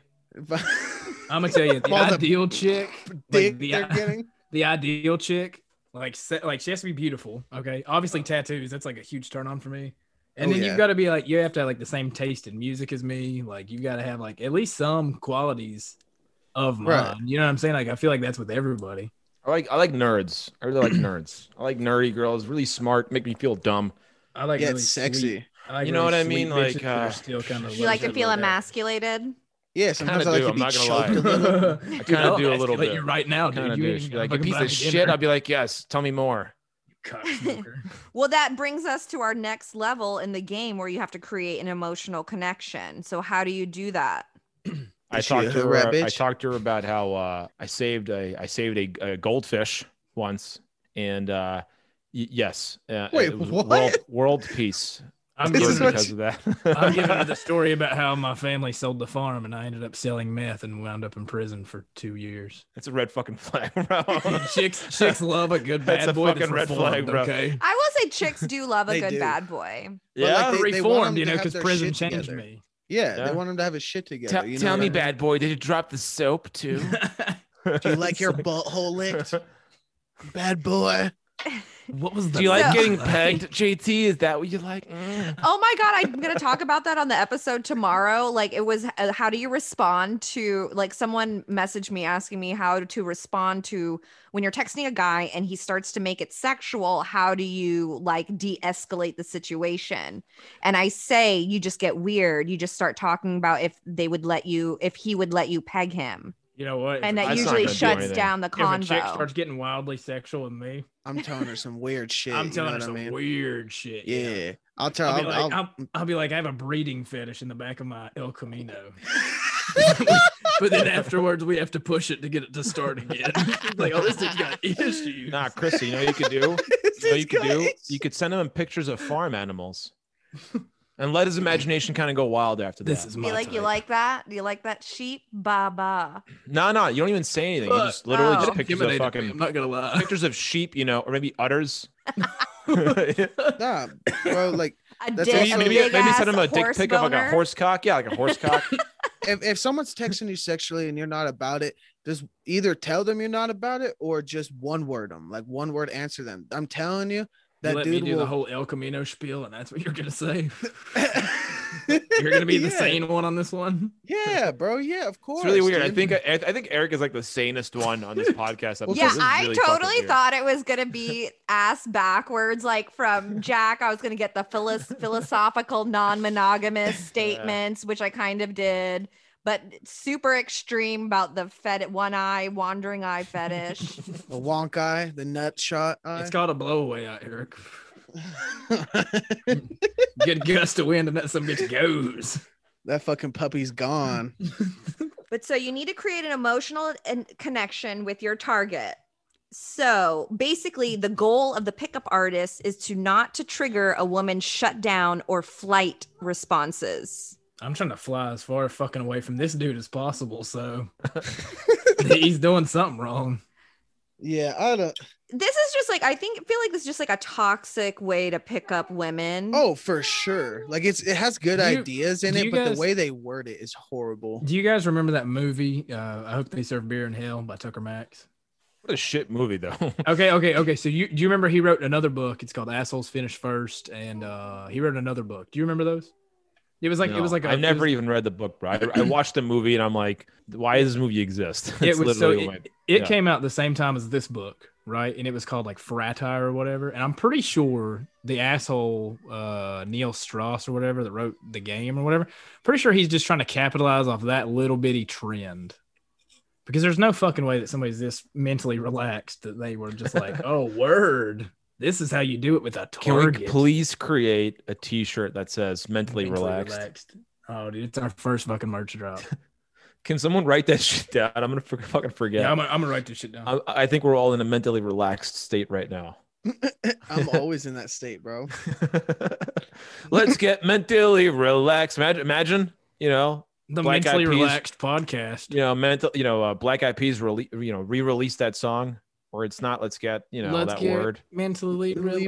I'm gonna tell you, the All the ideal chick, dick like the, they're getting. the ideal chick, like se- like she has to be beautiful. Okay, obviously tattoos. That's like a huge turn on for me. And Oh, then yeah. you've got to be like you have to have like the same taste in music as me. Like you got to have like at least some qualities of mine. Right. You know what I'm saying? Like I feel like that's with everybody. I like I like nerds. I really like nerds. I like nerdy girls, really smart, make me feel dumb. I like Yeah, really it's sexy. sweet- I like You know really what I sweet mean? bitches Like, that are uh, still kind of You You like to Bullshit feel like that. emasculated? Yeah, sometimes I like do, to I'm be not gonna lie. choked a little. I kinda do a little bit. You right now, dude. Kind of you do. ain't She'd be got like a fucking piece of black shit. dinner, I'd be like, yes. Tell me more. you cocksmoker. Well, that brings us to our next level in the game where you have to create an emotional connection. So, how do you do that? I Is she a talked to hood rat her. I bitch? talked to her about how uh, I saved a I saved a, a goldfish once, and uh, y- yes, uh, Wait, it was what? World, world peace. I'm This good is giving, what because of that. I'm giving her the story about how my family sold the farm and I ended up selling meth and wound up in prison for two years. That's a red fucking flag, bro. Oh. chicks, chicks love a good That's bad a boy. that's fucking red flag, reformed, bro. Okay. I will say chicks do love a They good do. bad boy. yeah. They- they want them reformed, you to know, have because their prison shit changed together. me. Yeah, Yeah. they want them to have a shit together. Tell- you know tell what me, I mean? bad boy, did you drop the soap too? Do you like your butthole licked, bad boy? what was the Do you like So- getting pegged, JT? Is that what you like? Mm. Oh my god, I'm gonna talk about that on the episode tomorrow. Like it was, uh, how do you respond to like someone messaged me asking me how to respond to when you're texting a guy and he starts to make it sexual. How do you like de-escalate the situation? And I say you just get weird. You just start talking about if they would let you, if he would let you peg him, You know what? and If- that That's not usually gonna do shuts anything. down the if a chick convo. starts getting wildly sexual with me, I'm telling her some weird shit. I'm you telling know her what some I mean? weird shit. you know? Yeah, I'll tell. I'll I'll, be, like, I'll- I'll, I'll be like, I have a breeding fetish in the back of my El Camino. but then afterwards, we have to push it to get it to start again. like, oh, this dude's got issues. Nah, Chrissy, you know what you could do? This You know what you could guy do? is- You could send him pictures of farm animals and let his imagination kind of go wild after that. this is my you like you type. like that? Do you like that sheep? Ba ba. No, no, you don't even say anything. You Look, just literally oh. just pictures of Intimidated me, I'm fucking not gonna lie. pictures of sheep, you know, or maybe udders. maybe Nah, bro. Like, A That's dick, it. a Maybe- maybe big ass send him a dick horse pic of like boner. a horse cock. Yeah, like a horse cock. if, if someone's texting you sexually and you're not about it, just either tell them you're not about it or just one word them, like one word answer them. I'm telling you, that Let dude me do the will. whole El Camino spiel, and that's what you're gonna say. you're gonna be the Yeah. sane one on this one. Yeah, bro. Yeah, of course. It's really weird. I dude. think I, I think Eric is like the sanest one on this podcast. Episode. yeah, This is I really fucking totally weird. thought it was gonna be ass backwards, like from Jack. I was gonna get the philis- philosophical non-monogamous statements, which I kind of did, but super extreme about the fed one eye wandering eye fetish. the wonk eye, the nut shot. Eye. It's called a blowaway out, Eric. Good gust of wind, and that some bitch goes. that fucking puppy's gone. But so you need to create an emotional and connection with your target. So basically, the goal of the pickup artist is to not to trigger a woman's shutdown or flight responses. I'm trying to fly as far fucking away from this dude as possible, so he's doing something wrong. Yeah, I don't. This is just like I think feel like this is just like a toxic way to pick up women. Oh, for sure. Like it's it has good Do you- ideas in do it, you but guys- the way they word it is horrible. Do you guys remember that movie? Uh, I hope they serve beer in hell by Tucker Max. What a shit movie though. Okay, okay, okay. So you do you remember he wrote another book? It's called Assholes Finish First, and uh, he wrote another book. Do you remember those? It was like it was like i a- I've it never was- even read the book, bro. I, I watched the movie and I'm like, why does this movie exist? it It's was so literally it, my- it yeah. came out the same time as this book right and it was called like fratire or whatever and i'm pretty sure the asshole uh neil strauss or whatever that wrote the game or whatever pretty sure he's just trying to capitalize off that little bitty trend because there's no fucking way that somebody's this mentally relaxed that they were just like oh word this is how you do it with a target Can we please create a T-shirt that says "mentally, relaxed"? oh dude it's our first fucking merch drop Can someone write that shit down? I'm gonna for- fucking yeah, forget. I'm, gonna, I'm gonna write this shit down I, I think we're all in a mentally relaxed state right now. I'm always in that state, bro. Let's get mentally relaxed. Imagine, imagine, you know, the Black Eyed mentally Peas. relaxed podcast you know, mental, you know, uh, Black Eyed Peas, rele- you know, re-release that song, or it's not. Let's get, you know, Let's that get word. mentally Mentally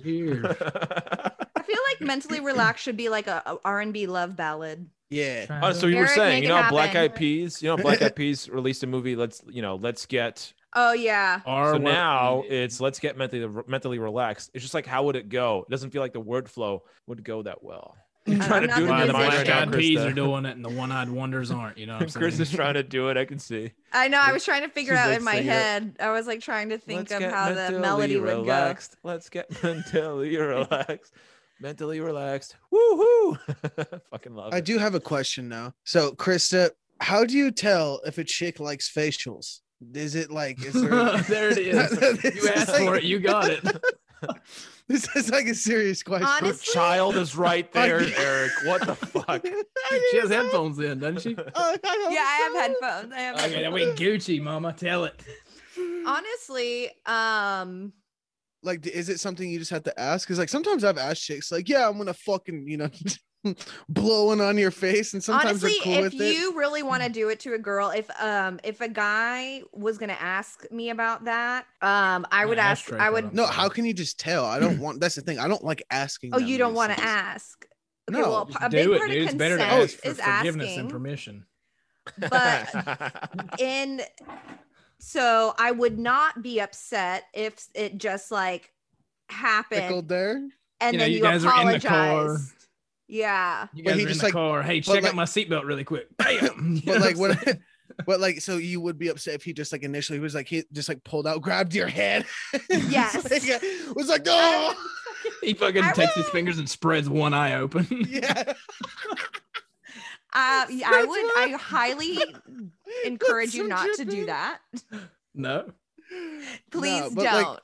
relaxed. over here. I feel like mentally relaxed should be like a, a R&B love ballad. Yeah. Oh, so you were Eric, saying, make you it know, Black happen. Eyed Peas, you know, Black Eyed Peas released a movie. Let's, you know, let's get. Oh yeah. Our So work- now it's let's get mentally mentally relaxed. It's just like how would it go? It doesn't feel like the word flow would go that well. I'm I'm trying to not do it gonna in Why the the do mind that. right black now, eyed peas are Krista. doing it and the one eyed wonders aren't. You know what I'm Chris is saying? trying to do it. I can see. I know. I was trying to figure She's out like in my singing it. head. I was like trying to think of how the melody would go. relaxed. Let's get mentally relaxed. mentally relaxed. Woohoo! Fucking love I it. do have a question now. So, Krista, how do you tell if a chick likes facials? Is it like is there, There it is. This You asked like- for it, you got it. This is like a serious question. Your Honestly, child is right there, Fuck. Eric. What the fuck? She has headphones in, doesn't she? Oh, yeah, I have headphones. I have Okay, that we Gucci, mama. Tell it. honestly um Like, d- is it something you just have to ask? Because like sometimes I've asked chicks, like, yeah, I'm gonna fucking you know, blowing on your face, and sometimes honestly they're cool if with it. you really want Mm. to do it to a girl if um if a guy was gonna ask me about that um i An would ask ashtray i put would on. No, how can you just tell? I don't want. That's the thing. I don't like asking. oh them you don't these want to things. ask okay No, well Just a big do it, part dude. of It's better consent to ask for is forgiveness than asking permission. but in so i would not be upset if it just like happened Tickled there. and You know, then you you, guys were in the car. apologized yeah You But guys he are in just, the like- car. Hey, but, check like- out my seatbam really quick. Bam. You know But like what I'm what? But like, so you would be upset if he just like initially was like he just like pulled out, grabbed your head. Just, Yes. like, uh, was like, oh saying? he fucking I takes his would- fingers and spreads one eye open. yeah. uh, yeah, i That's would i highly encourage you That's so not to do trippy. that no. please but, like, don't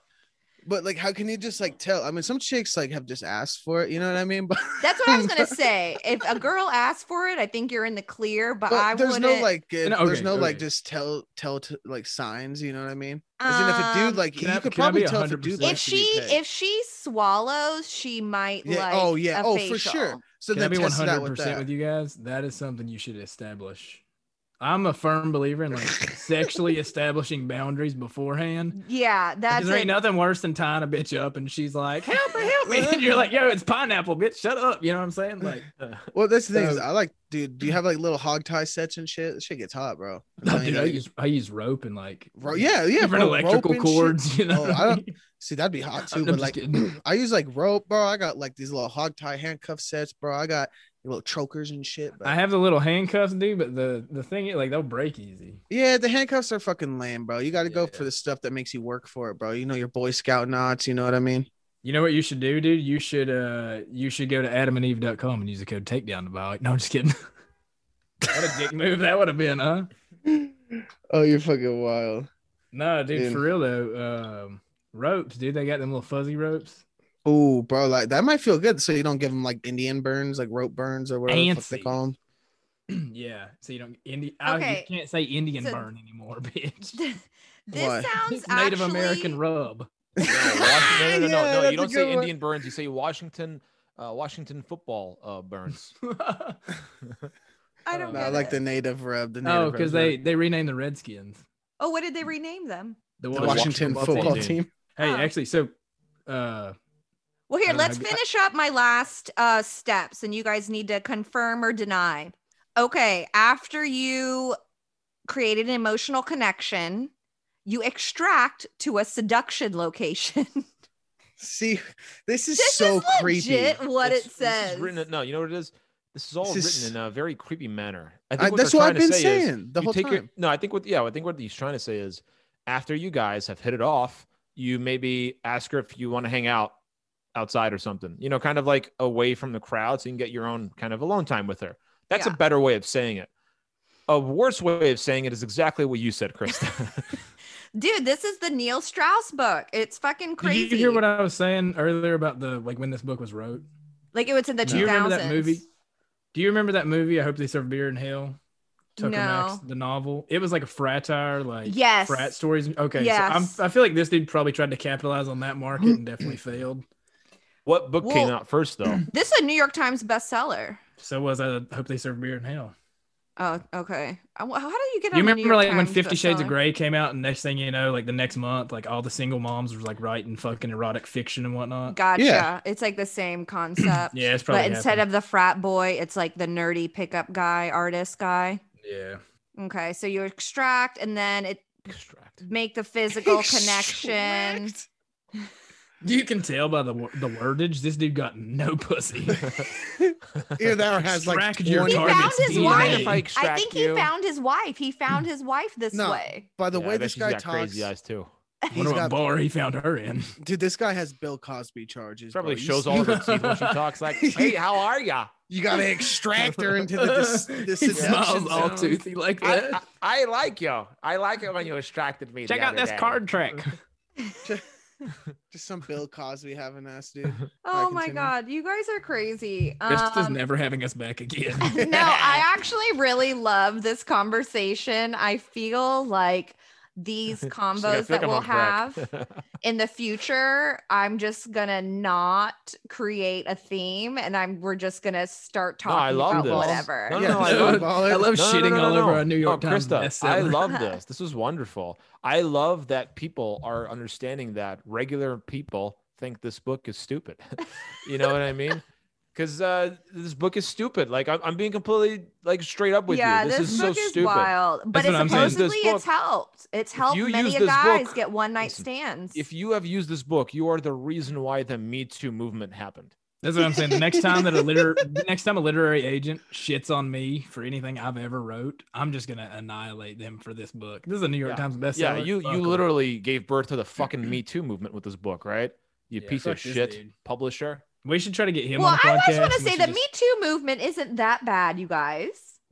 But like, how can you just like tell? I mean, some chicks like have just asked for it. You know what I mean? But That's what I was gonna say. If a girl asks for it, I think you're in the clear. But, but I there's wouldn't. no like, uh, No, there's okay, no like okay. just tell tell to, like signs. You know what I mean? As in, if a dude um, like Can I- you could can I be probably tell if a 100% dude if likes to be she pegged. if she swallows, she might yeah, like. oh yeah, a oh facial. for sure. So Can I then be test it 100% out with with, that. you guys? That is something you should establish. I'm a firm believer in like sexually establishing boundaries beforehand. Yeah, that's Because there it. ain't nothing worse than tying a bitch up and she's like, help me, help me. And you're like, yo, it's pineapple, bitch. Shut up. You know what I'm saying? Like, Well, that's the thing. is So- I like, dude. Do you have like little hog tie sets and shit? That shit gets hot, bro. I'm no, telling dude, you, I like- use, I use rope and like, Ro- yeah, yeah, different bro, rope electrical and shit. cords, you know? Oh, I don't- see, that'd be hot too. I'm but just like, kidding. I use like rope, bro. I got like these little hog tie handcuff sets, bro. I got little chokers and shit. But I have the little handcuffs, dude, but the, the thing is, like, they'll break easy. yeah, the handcuffs are fucking lame, bro. You got to go Yeah. for the stuff that makes you work for it, bro. You know your Boy Scout knots. You know what I mean? You know what you should do, dude? You should uh you should go to adamandeve.com and use the code takedown to buy. Like, no, I'm just kidding. what a dick move that would have been, huh? Oh, you're fucking wild. No, dude, Dude. for real though. Um ropes, dude. They got them little fuzzy ropes. Oh, bro, like that might feel good. So you don't give them like Indian burns, like rope burns or whatever the fuck they Antsy. call them. yeah. So you don't Indi- I Okay, you can't say Indian so- burn anymore, bitch. this Why? sounds It's Native actually- American rub. No, Wash- no, no, no, Yeah, no, no. that's You a don't say good one. Indian burns. You say Washington, uh, Washington football uh, burns. I don't No, know. No, I like the native rub. The native oh, because rub's right. they they renamed the Redskins. Oh, what did they rename them? The the The Washington, football team. Hey, Oh. actually, so uh Well, I here, don't know. let's I- finish up my last uh, steps, and you guys need to confirm or deny. Okay, after you created an emotional connection, you extract to a seduction location. See, this is this so is creepy. legit what It's- it this is says. written in- no, you know what it is. This is all This is- written in a very creepy manner. I I, think what that's they're what I've trying been to say is, saying the you whole take time. your- no, I think what yeah, I think what he's trying to say is after you guys have hit it off, you maybe ask her if you want to hang out outside or something. You know, kind of like away from the crowd so you can get your own kind of alone time with her. That's Yeah. a better way of saying it. A worse way of saying it is exactly what you said, Krista. Dude, this is the Neil Strauss book. It's fucking crazy. Did you hear what I was saying earlier about the like when this book was wrote? like it was in the 2000s. Do you remember that movie? Do you remember that movie? I hope they serve beer in hell. Tucker Max, No. the novel. It was like a fratire, like Yes. frat stories. Okay, Yes. Mm-hmm. so I'm, I feel like this dude probably tried to capitalize on that market and definitely failed. what book came Well- out first though? This is a New York Times bestseller. So was I hope they serve beer in hell. Oh, okay. I- How do you get? on you the New remember York like when Times Fifty Shades of bestseller? Grey came out, and next thing you know, like the next month, like all the single moms were like writing fucking erotic fiction and whatnot. Gotcha. It's like the same concept. Yeah, it's but probably instead happened. of the frat boy, it's like the nerdy pickup guy, artist guy. Yeah. Okay, so you extract and then it Extract. make the physical connection. Extract. You can tell by the wo- the wordage, this dude got no pussy. Either that or has like Extract your He 20 found target's his DNA. wife. If I I, extract think he you- found his wife. He found his wife this No. way. By the Yeah, I way bet this she's guy got talks, crazy eyes too. Wonder He's what got- bar he found her in. Dude, this guy has Bill Cosby charges. bro. Probably You s- shows all of her teeth when she talks. Like, hey, how are ya? You gotta extract her into the, dis- the he seduction smiles all zone. toothy like I, that. I, I like you. I like it when you distracted me. the Check out other this day. card trick. Just some Bill Cosby having ass, dude. Oh my continue. god, god, you guys are crazy. Um, This is never having us back again. no, I actually really love this conversation. I feel like these She's like, "I combos feel that we'll like I'm have on crack." in the future, I'm just gonna not create a theme, and I'm we're just gonna start No, I talking love about this. whatever. No, no, Yeah, no, I so love- ball I it. love No, no, shitting no, no, all over no. a New York oh, Times Krista, I bestseller. love this. This is wonderful. I love that people are understanding that regular people think this book is stupid. you know what I mean? Because uh, this book is stupid. Like I'm, I'm being completely like straight up with yeah, you. This, is book so is stupid. wild, but That's what I'm it's saying. Use this supposedly book. it's helped. It's If helped you use many a this guys book- get one night Listen, stands. If you have used this book, you are the reason why the Me Too movement happened. That's what I'm saying. The next time that a liter- the next time a literary agent shits on me for anything I've ever wrote, I'm just gonna annihilate them for this book. This is a New York Yeah. Times bestseller. yeah, you Fuck you 'em. literally gave birth to the fucking Me Too movement with this book, right? You Yeah, piece fuck of this shit dude. publisher. We should try to get him well, on the podcast. I just want to and we say should the just- Me Too movement isn't that bad, you guys.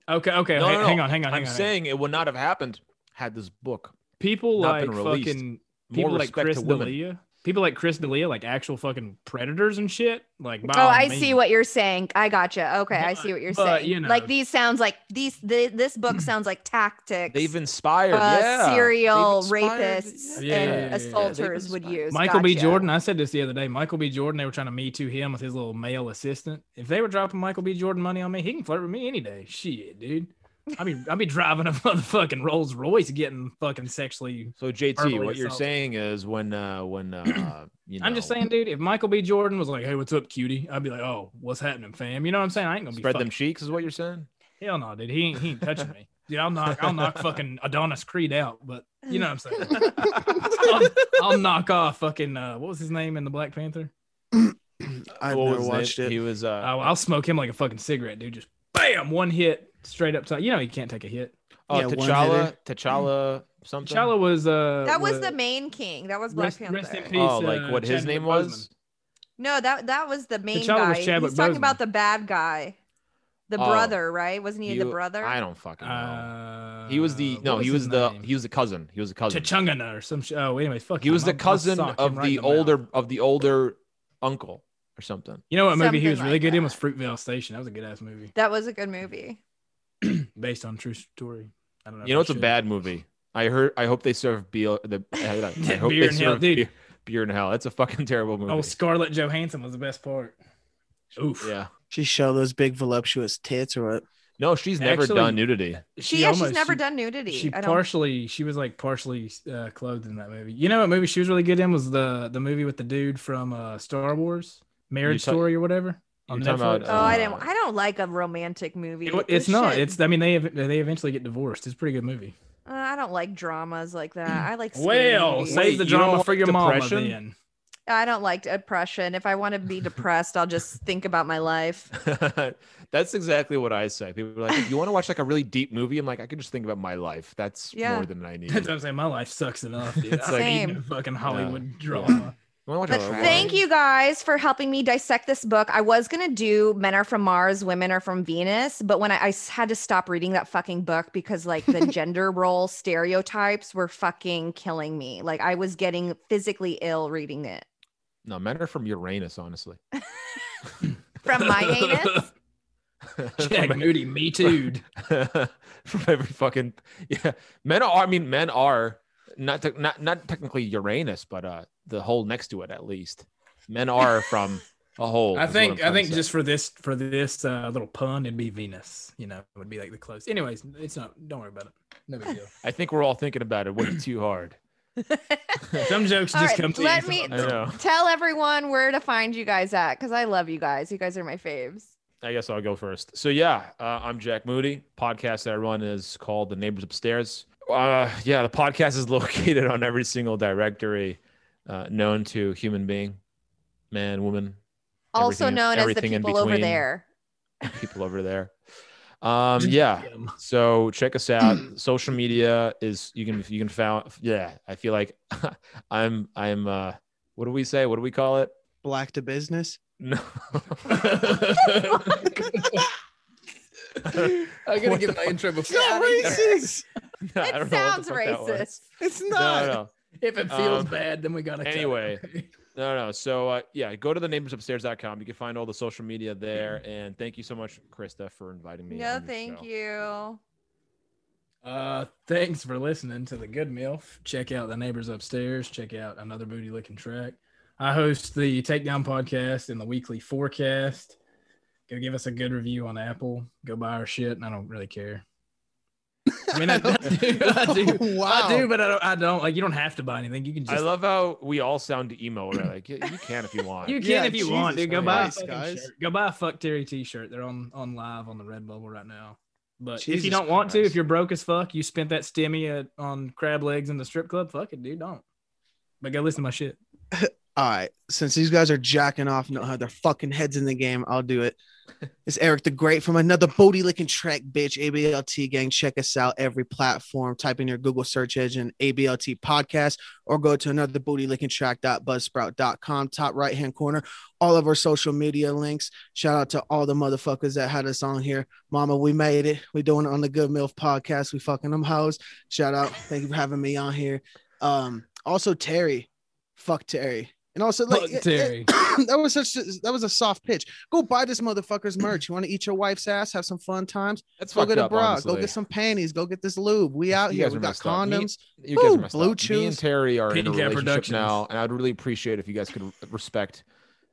Okay, okay, No, ha- no, no. hang on, hang on, hang I'm on. saying it would not have happened had this book people not like been released. fucking more people like respect Chris to women. D'Elia. People like Chris D'Elia, like actual fucking predators and shit. Like, by oh, all I see means. what you're saying. I gotcha. Okay, I But- see what you're but, saying. you know- Like these sounds like these. The, this book sounds like tactics. They've inspired uh, yeah. serial They've inspired- rapists Yeah, yeah, yeah, and yeah. assaulters They've would inspired- use. Michael B. Gotcha. Jordan. I said this the other day. Michael B. Jordan. They were trying to me to him with his little male assistant. If they were dropping Michael B. Jordan money on me, he can flirt with me any day. Shit, dude. I mean, I'd be driving a motherfucking Rolls Royce, getting fucking sexually. So JT, verbally what you're assaulted. saying is when uh when uh you know I'm just saying, dude. If Michael B. Jordan was like, "Hey, what's up, cutie?" I'd be like, "Oh, what's happening, fam?" You know what I'm saying? I ain't gonna be spread fucking- them cheeks is what you're saying. Hell no, dude. He ain't, he ain't touching me. Dude, I'll knock I'll knock fucking Adonis Creed out, but you know what I'm saying. I'll, I'll knock off fucking uh, what was his name in the Black Panther? I've What never was his name? watched it. He was uh Oh, I'll smoke him like a fucking cigarette, dude. Just bam, one hit straight up top. You know he can't take a hit. oh Yeah, T'Challa one-hitter. T'Challa something. T'Challa was uh That was the main king. That was Black rest, Panther. rest in peace. Oh, like uh, what his Chadwick name Boseman. was? No, that that was the main T'Challa was guy. He's Chadwick talking about the bad guy, the Oh. brother, right? Wasn't he the You- brother? I don't fucking know. Uh, he was the what no, he his was the name? he was the cousin. He was the cousin. T'Changana or some shit. Oh, anyway, fuck. He him. was the I'll- I'll cousin sock him of right the in mouth. older of the older uncle or something. You know what movie he Something was really like good in was that. Fruitvale Station. That was a good ass movie. That was a good movie. based on true story. I don't know. You know it's a bad movie. I heard. I hope they serve beer. The I hope Beer they in hell, serve dude. beer, beer in hell. That's a fucking terrible movie. Oh, Scarlett Johansson was the best part. Oof. yeah. She show those big voluptuous tits or what? No, she's never Actually, done nudity. She, yeah, she's almost- never she- done nudity. She I don't. partially, she was like partially uh, clothed in that movie. You know what movie she was really good in was the the movie with the dude from uh, Star Wars, Marriage ta- Story or whatever. you're talking about, Netflix? Oh, I didn't. Uh, I don't like a romantic movie. It- This it's not. shit- It's. I mean, they ev- they eventually get divorced. It's a pretty good movie. Uh, I don't like dramas like that. I like. scary Well, movies. save the Wait, you don't drama like for your mama. Depression? Then I don't like depression. If I want to be depressed, I'll just think about my life. That's exactly what I say. People are like, if you want to watch like a really deep movie, I'm like, I can just think about my life. That's Yeah. more than I need. that's You what I'm saying. My life sucks enough. Dude. It's I don't need like- no fucking Hollywood drama. wanna watch But a- thank you guys for helping me dissect this book. I was going to do Men Are From Mars, Women Are From Venus, but when I, I s- had to stop reading that fucking book because like the gender role stereotypes were fucking killing me. Like I was getting physically ill reading it. No, men are from Uranus, honestly. From my anus? Jack Moody, me too. from every fucking yeah. Men are. I mean, men are not te- not not technically Uranus, but uh, the hole next to it at least. Men are from a hole. I is what I'm think trying I to think say. just for this for this uh, little pun, it'd be Venus. You know, it would be like the close. Anyways, it's not. Don't worry about it. No big deal. I think we're all thinking about it way too hard. Some jokes All just right, come. to you let and me- I sometimes- know. Tell everyone where to find you guys at because I love you guys. You guys are my faves. I guess I'll go first. So yeah, uh, I'm Jack Moody. Podcast that I run is called The Neighbors Upstairs. Uh, yeah, the podcast is located on every single directory uh, known to human being, man, woman, Also Everything- known as the everything in people over between. there. people over there. Um, yeah. So check us out. Social media is you can you can found yeah. I feel like I'm I'm uh what do we say? What do we call it? Black to business. No. I gotta What get the my intro before. Not racist. No, I It don't know what the sounds fuck that was. racist. It's No, not. no, If it feels Um, bad, then we gotta. cut it, anyway. okay? no, no. So uh, yeah, go to the neighborsupstairs.com. You can find all the social media there. And thank you so much, Krista, for inviting me. No, on your thank you. show. Uh, thanks for listening to the Good MILF. Check out the neighbors upstairs. Check out another booty licking track. I host the Takedown podcast and the weekly forecast. Go give us a good review on Apple. Go buy our shit, and I don't really care. I mean, I, I do, I do, wow. I do, but I don't. I don't like. You don't have to buy anything. You can just. I love how we all sound emo. We're like, yeah, you can if you want. You can Yeah, if you want, Jesus dude. Go buy a Christ, fucking guys. shirt. Go buy a fuck Terry t-shirt. They're on on live on the Redbubble right now. But if you Jesus don't want to, if Christ. you're broke as fuck, you spent that stimmy at, on crab legs in the strip club. Fuck it, dude. Don't. But go listen to my shit. All right. Since these guys are jacking off and don't have their fucking heads in the game, I'll do it. It's Eric the Great from another booty licking track, bitch. ABLT gang. Check us out every platform. Type in your Google search engine ABLT podcast or go to another booty licking track.buzzsprout.com, top right hand corner. All of our social media links. Shout out to all the motherfuckers that had us on here. Mama, we made it. we doing it on the Good MILF podcast. We fucking them hoes. Shout out. Thank you for having me on here. Um, also Terry. Fuck Terry. And also like Fuck it- it- Terry. that was such a, that was a soft pitch. Go buy this motherfucker's merch. You want to eat your wife's ass, have some fun times. That's Go fucked get a up, bra. honestly. Go get some panties. Go get this lube. We out You here. guys We are got messed up. Me- condoms. You guys Ooh, are messed Blue up. Me Chews. and Terry are in PJ a relationship Productions. now, and I'd really appreciate if you guys could respect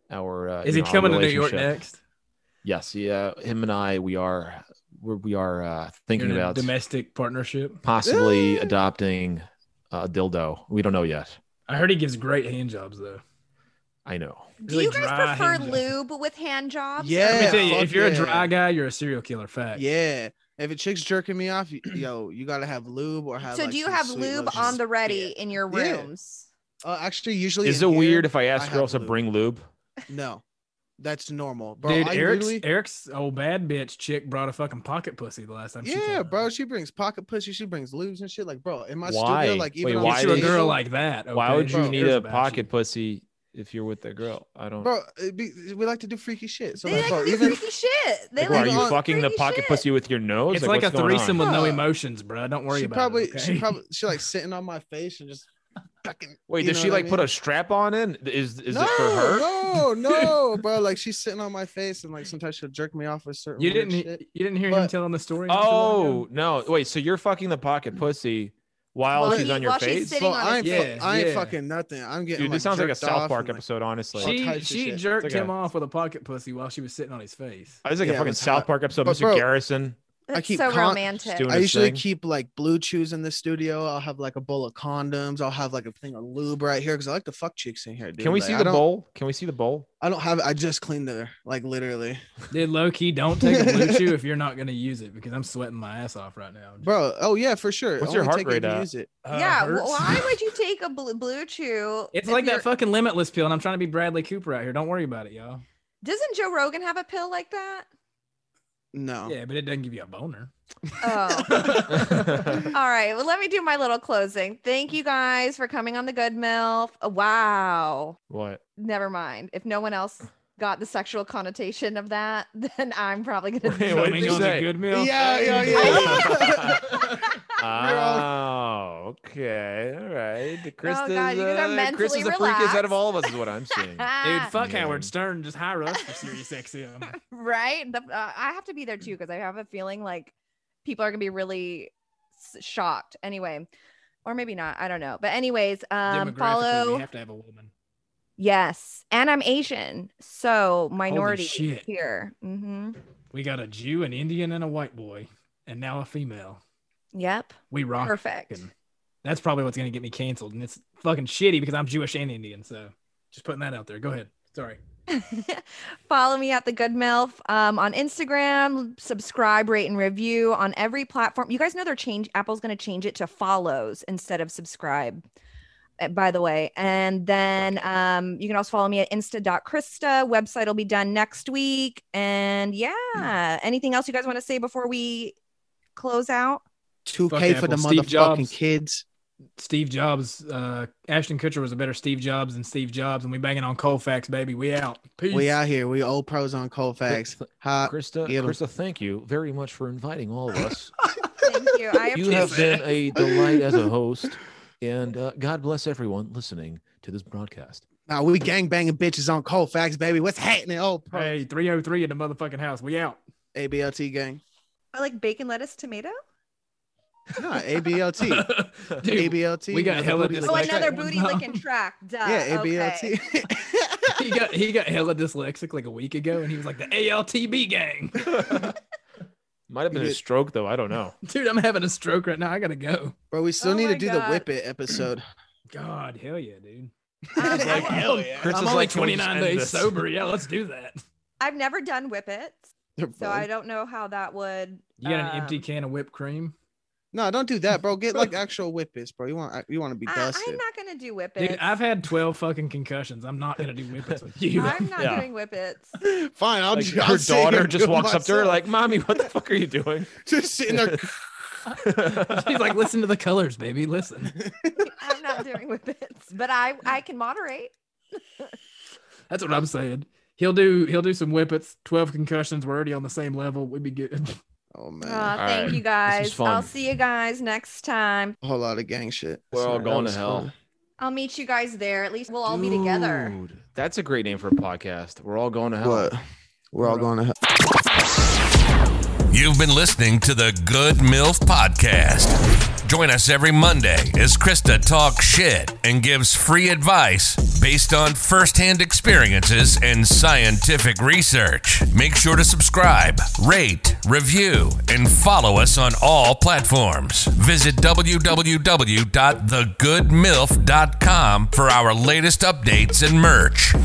our. Uh, Is you he know, our coming to New York relationship. next? Yes, yeah. Him and I, we are, we're, we are uh, thinking You're in a about domestic partnership. possibly Eh. adopting a dildo. We don't know yet. I heard he gives great hand jobs though. I know. Do Really you guys dry prefer hand lube with hand jobs? or Let me Yeah, tell you, fuck if you're a yeah. dry guy, you're a serial killer. Fact. Yeah. If a chick's jerking me off, y- yo, you gotta have lube or have. So like, do you some have sweet lube lotion. on the ready in your Yeah. rooms? Uh, actually, usually. Is it in here, weird if I I ask have girls to lube. bring lube? No, that's normal, bro. Dude, I Eric's literally- Eric's old bad bitch chick brought a fucking pocket pussy the last time. she came Yeah, out. bro. She brings pocket pussy. She brings lubes and shit. Like, bro, in my Why? studio, like Wait, even on why Why the you a did- girl table- like that? Why would okay? you Bro, need Cares a about you. pocket pussy if you're with a girl? I don't. Bro, it be, we like to do freaky shit. So they like, like bro, to do even freaky shit. They Like, like are to you do fucking the freaky pocket shit. pussy with your nose? It's like, what's a going on? threesome with no Yeah. emotions, bro. Don't worry she about probably it. okay? she probably she like sitting on my face and just fucking Wait, you does know she what I like put mean? a strap on in? Is is no, it for her? No, no, bro. Like she's sitting on my face and like sometimes she'll jerk me off with certain you weird didn't e- shit. you didn't hear him But- telling the story. not too long Oh ago? no! Wait, so you're fucking the pocket pussy while While she's he- on your while she's face? sitting- Bro, on I his ain't, face. fu- I ain't Yeah, yeah. fucking nothing. I'm getting Dude, like, this sounds like a jerked South off Park and, like, episode, honestly. All she types of she shit. jerked It's like him a- off with a pocket pussy while she was sitting on his face. I was like Yeah, a fucking it's South hot. Park episode, But Mr. bro- Garrison. That's keep so con- romantic. doing I his usually thing. keep like blue chews in the studio. I'll have like a bowl of condoms. I'll have like a thing of lube right here because I like to fuck chicks in here, dude. Can we Like, see I the don't- bowl? Can we see the bowl? I don't have. it. I just cleaned there, like literally, Dude, low key, don't take a blue chew if you're not gonna use it because I'm sweating my ass off right now. bro. Oh yeah, for sure. What's your Only heart take it if rate you at? Use it. Uh, yeah, hurts. wh- why would you take a blue, blue chew? It's if like you're- that fucking limitless pill, and I'm trying to be Bradley Cooper out here. Don't worry about it, y'all. Doesn't Joe Rogan have a pill like that? No. Yeah, but it doesn't give you a boner. Oh. Thank All right. Well, let me do my little closing. Thank you guys for coming on the Good MILF. Uh, Wow. What? Never mind. If no one else got the sexual connotation of that, then I'm probably gonna. Wait, what did Coming you on the say? Good meal. Yeah, yeah, yeah. all- Oh, okay. All right. The Chris God, you is, guys are uh, Chris mentally is the freakiest out relaxed. of all of us, is what I'm seeing. Dude, fuck Yeah. Howard Stern. Just hire us for Sirius XM. Um, right? The, uh, I have to be there too because I have a feeling like people are gonna be really s- shocked. Anyway, or maybe not. I don't know. But anyways, um, Demographically, we follow. have to have a woman. Yes, and I'm Asian, so minority shit. here. hmm We got a Jew, an Indian, and a white boy, and now a female. Yep, We rock. perfect. fucking- That's probably what's gonna get me canceled, and it's fucking shitty because I'm Jewish and Indian. So just putting that out there. Go ahead. Sorry. Follow me at the Good MILF um, on Instagram. Subscribe, rate, and review on every platform. You guys know they're change. Apple's going to change it to follows instead of subscribe. uh, by the way. And then um, you can also follow me at insta.krista. Website will be done next week. And yeah, anything else you guys want to say before we close out? 2K Fuck for the Apple. Steve motherfucking Jobs. kids. Steve Jobs, uh, Ashton Kutcher was a better Steve Jobs than Steve Jobs, and we banging on Colfax, baby. We out. Peace. We out here. We old pros on Colfax. Hot. Krista, Get 'em. Krista, thank you very much for inviting all of us. Thank you. I you have been a delight as a host, and uh, God bless everyone listening to this broadcast. Now we gang banging bitches on Colfax, baby. What's happening, old pro? Hey, 303 in the motherfucking house. We out. ABLT gang. I like bacon, lettuce, tomato. No, ABLT. Dude, ABLT. we got another hella booty dis- Oh, lick. like another that one, booty Mom. licking track. Duh. Yeah, ABLT. okay. he got he got hella dyslexic like a week ago, and he was like the ALTB gang. Might have been You a did- stroke though. I don't know. Dude, I'm having a stroke right now. I gotta go. Bro, we still Oh need to my do God. the whip it episode. God, hell yeah, dude. Um, Like, I- hell yeah. Chris I'm is only like, "Can we just 29 end days this?" sober. Yeah, let's do that. I've never done whippets, They're so I fun. don't know how that would. You got an empty um, can of whipped cream? No, don't do that, bro. Get like actual whippets, bro. You want you want to be I, dusted. I'm not gonna do whippets. Dude, I've had 12 fucking concussions. I'm not gonna do whippets with you. I'm not Yeah. doing whippets. Fine, I'll Like, ju- I'll her sit here daughter and just do it walks up to her myself. like, "Mommy, what the fuck are you doing?" just sitting there. She's like, listen to the colors, baby. Listen. I'm not doing whippets, but I I can moderate. That's what I'm saying. He'll do he'll do some whippets. 12 concussions. We're already on the same level. We'd be good. Oh Uh, man, thank right. you guys. I'll fun. see you guys next time. a whole lot of gang shit. We're all Sorry, that going to was hell. fun. I'll meet you guys there. At least we'll all be together. Dude, that's a great name for a podcast. We're all going to hell. What? We're all Bro. going to hell. You've been listening to the Good MILF Podcast. Join us every Monday as Krista talks shit and gives free advice based on firsthand experiences and scientific research. Make sure to subscribe, rate, review, and follow us on all platforms. Visit www.thegoodmilf.com for our latest updates and merch.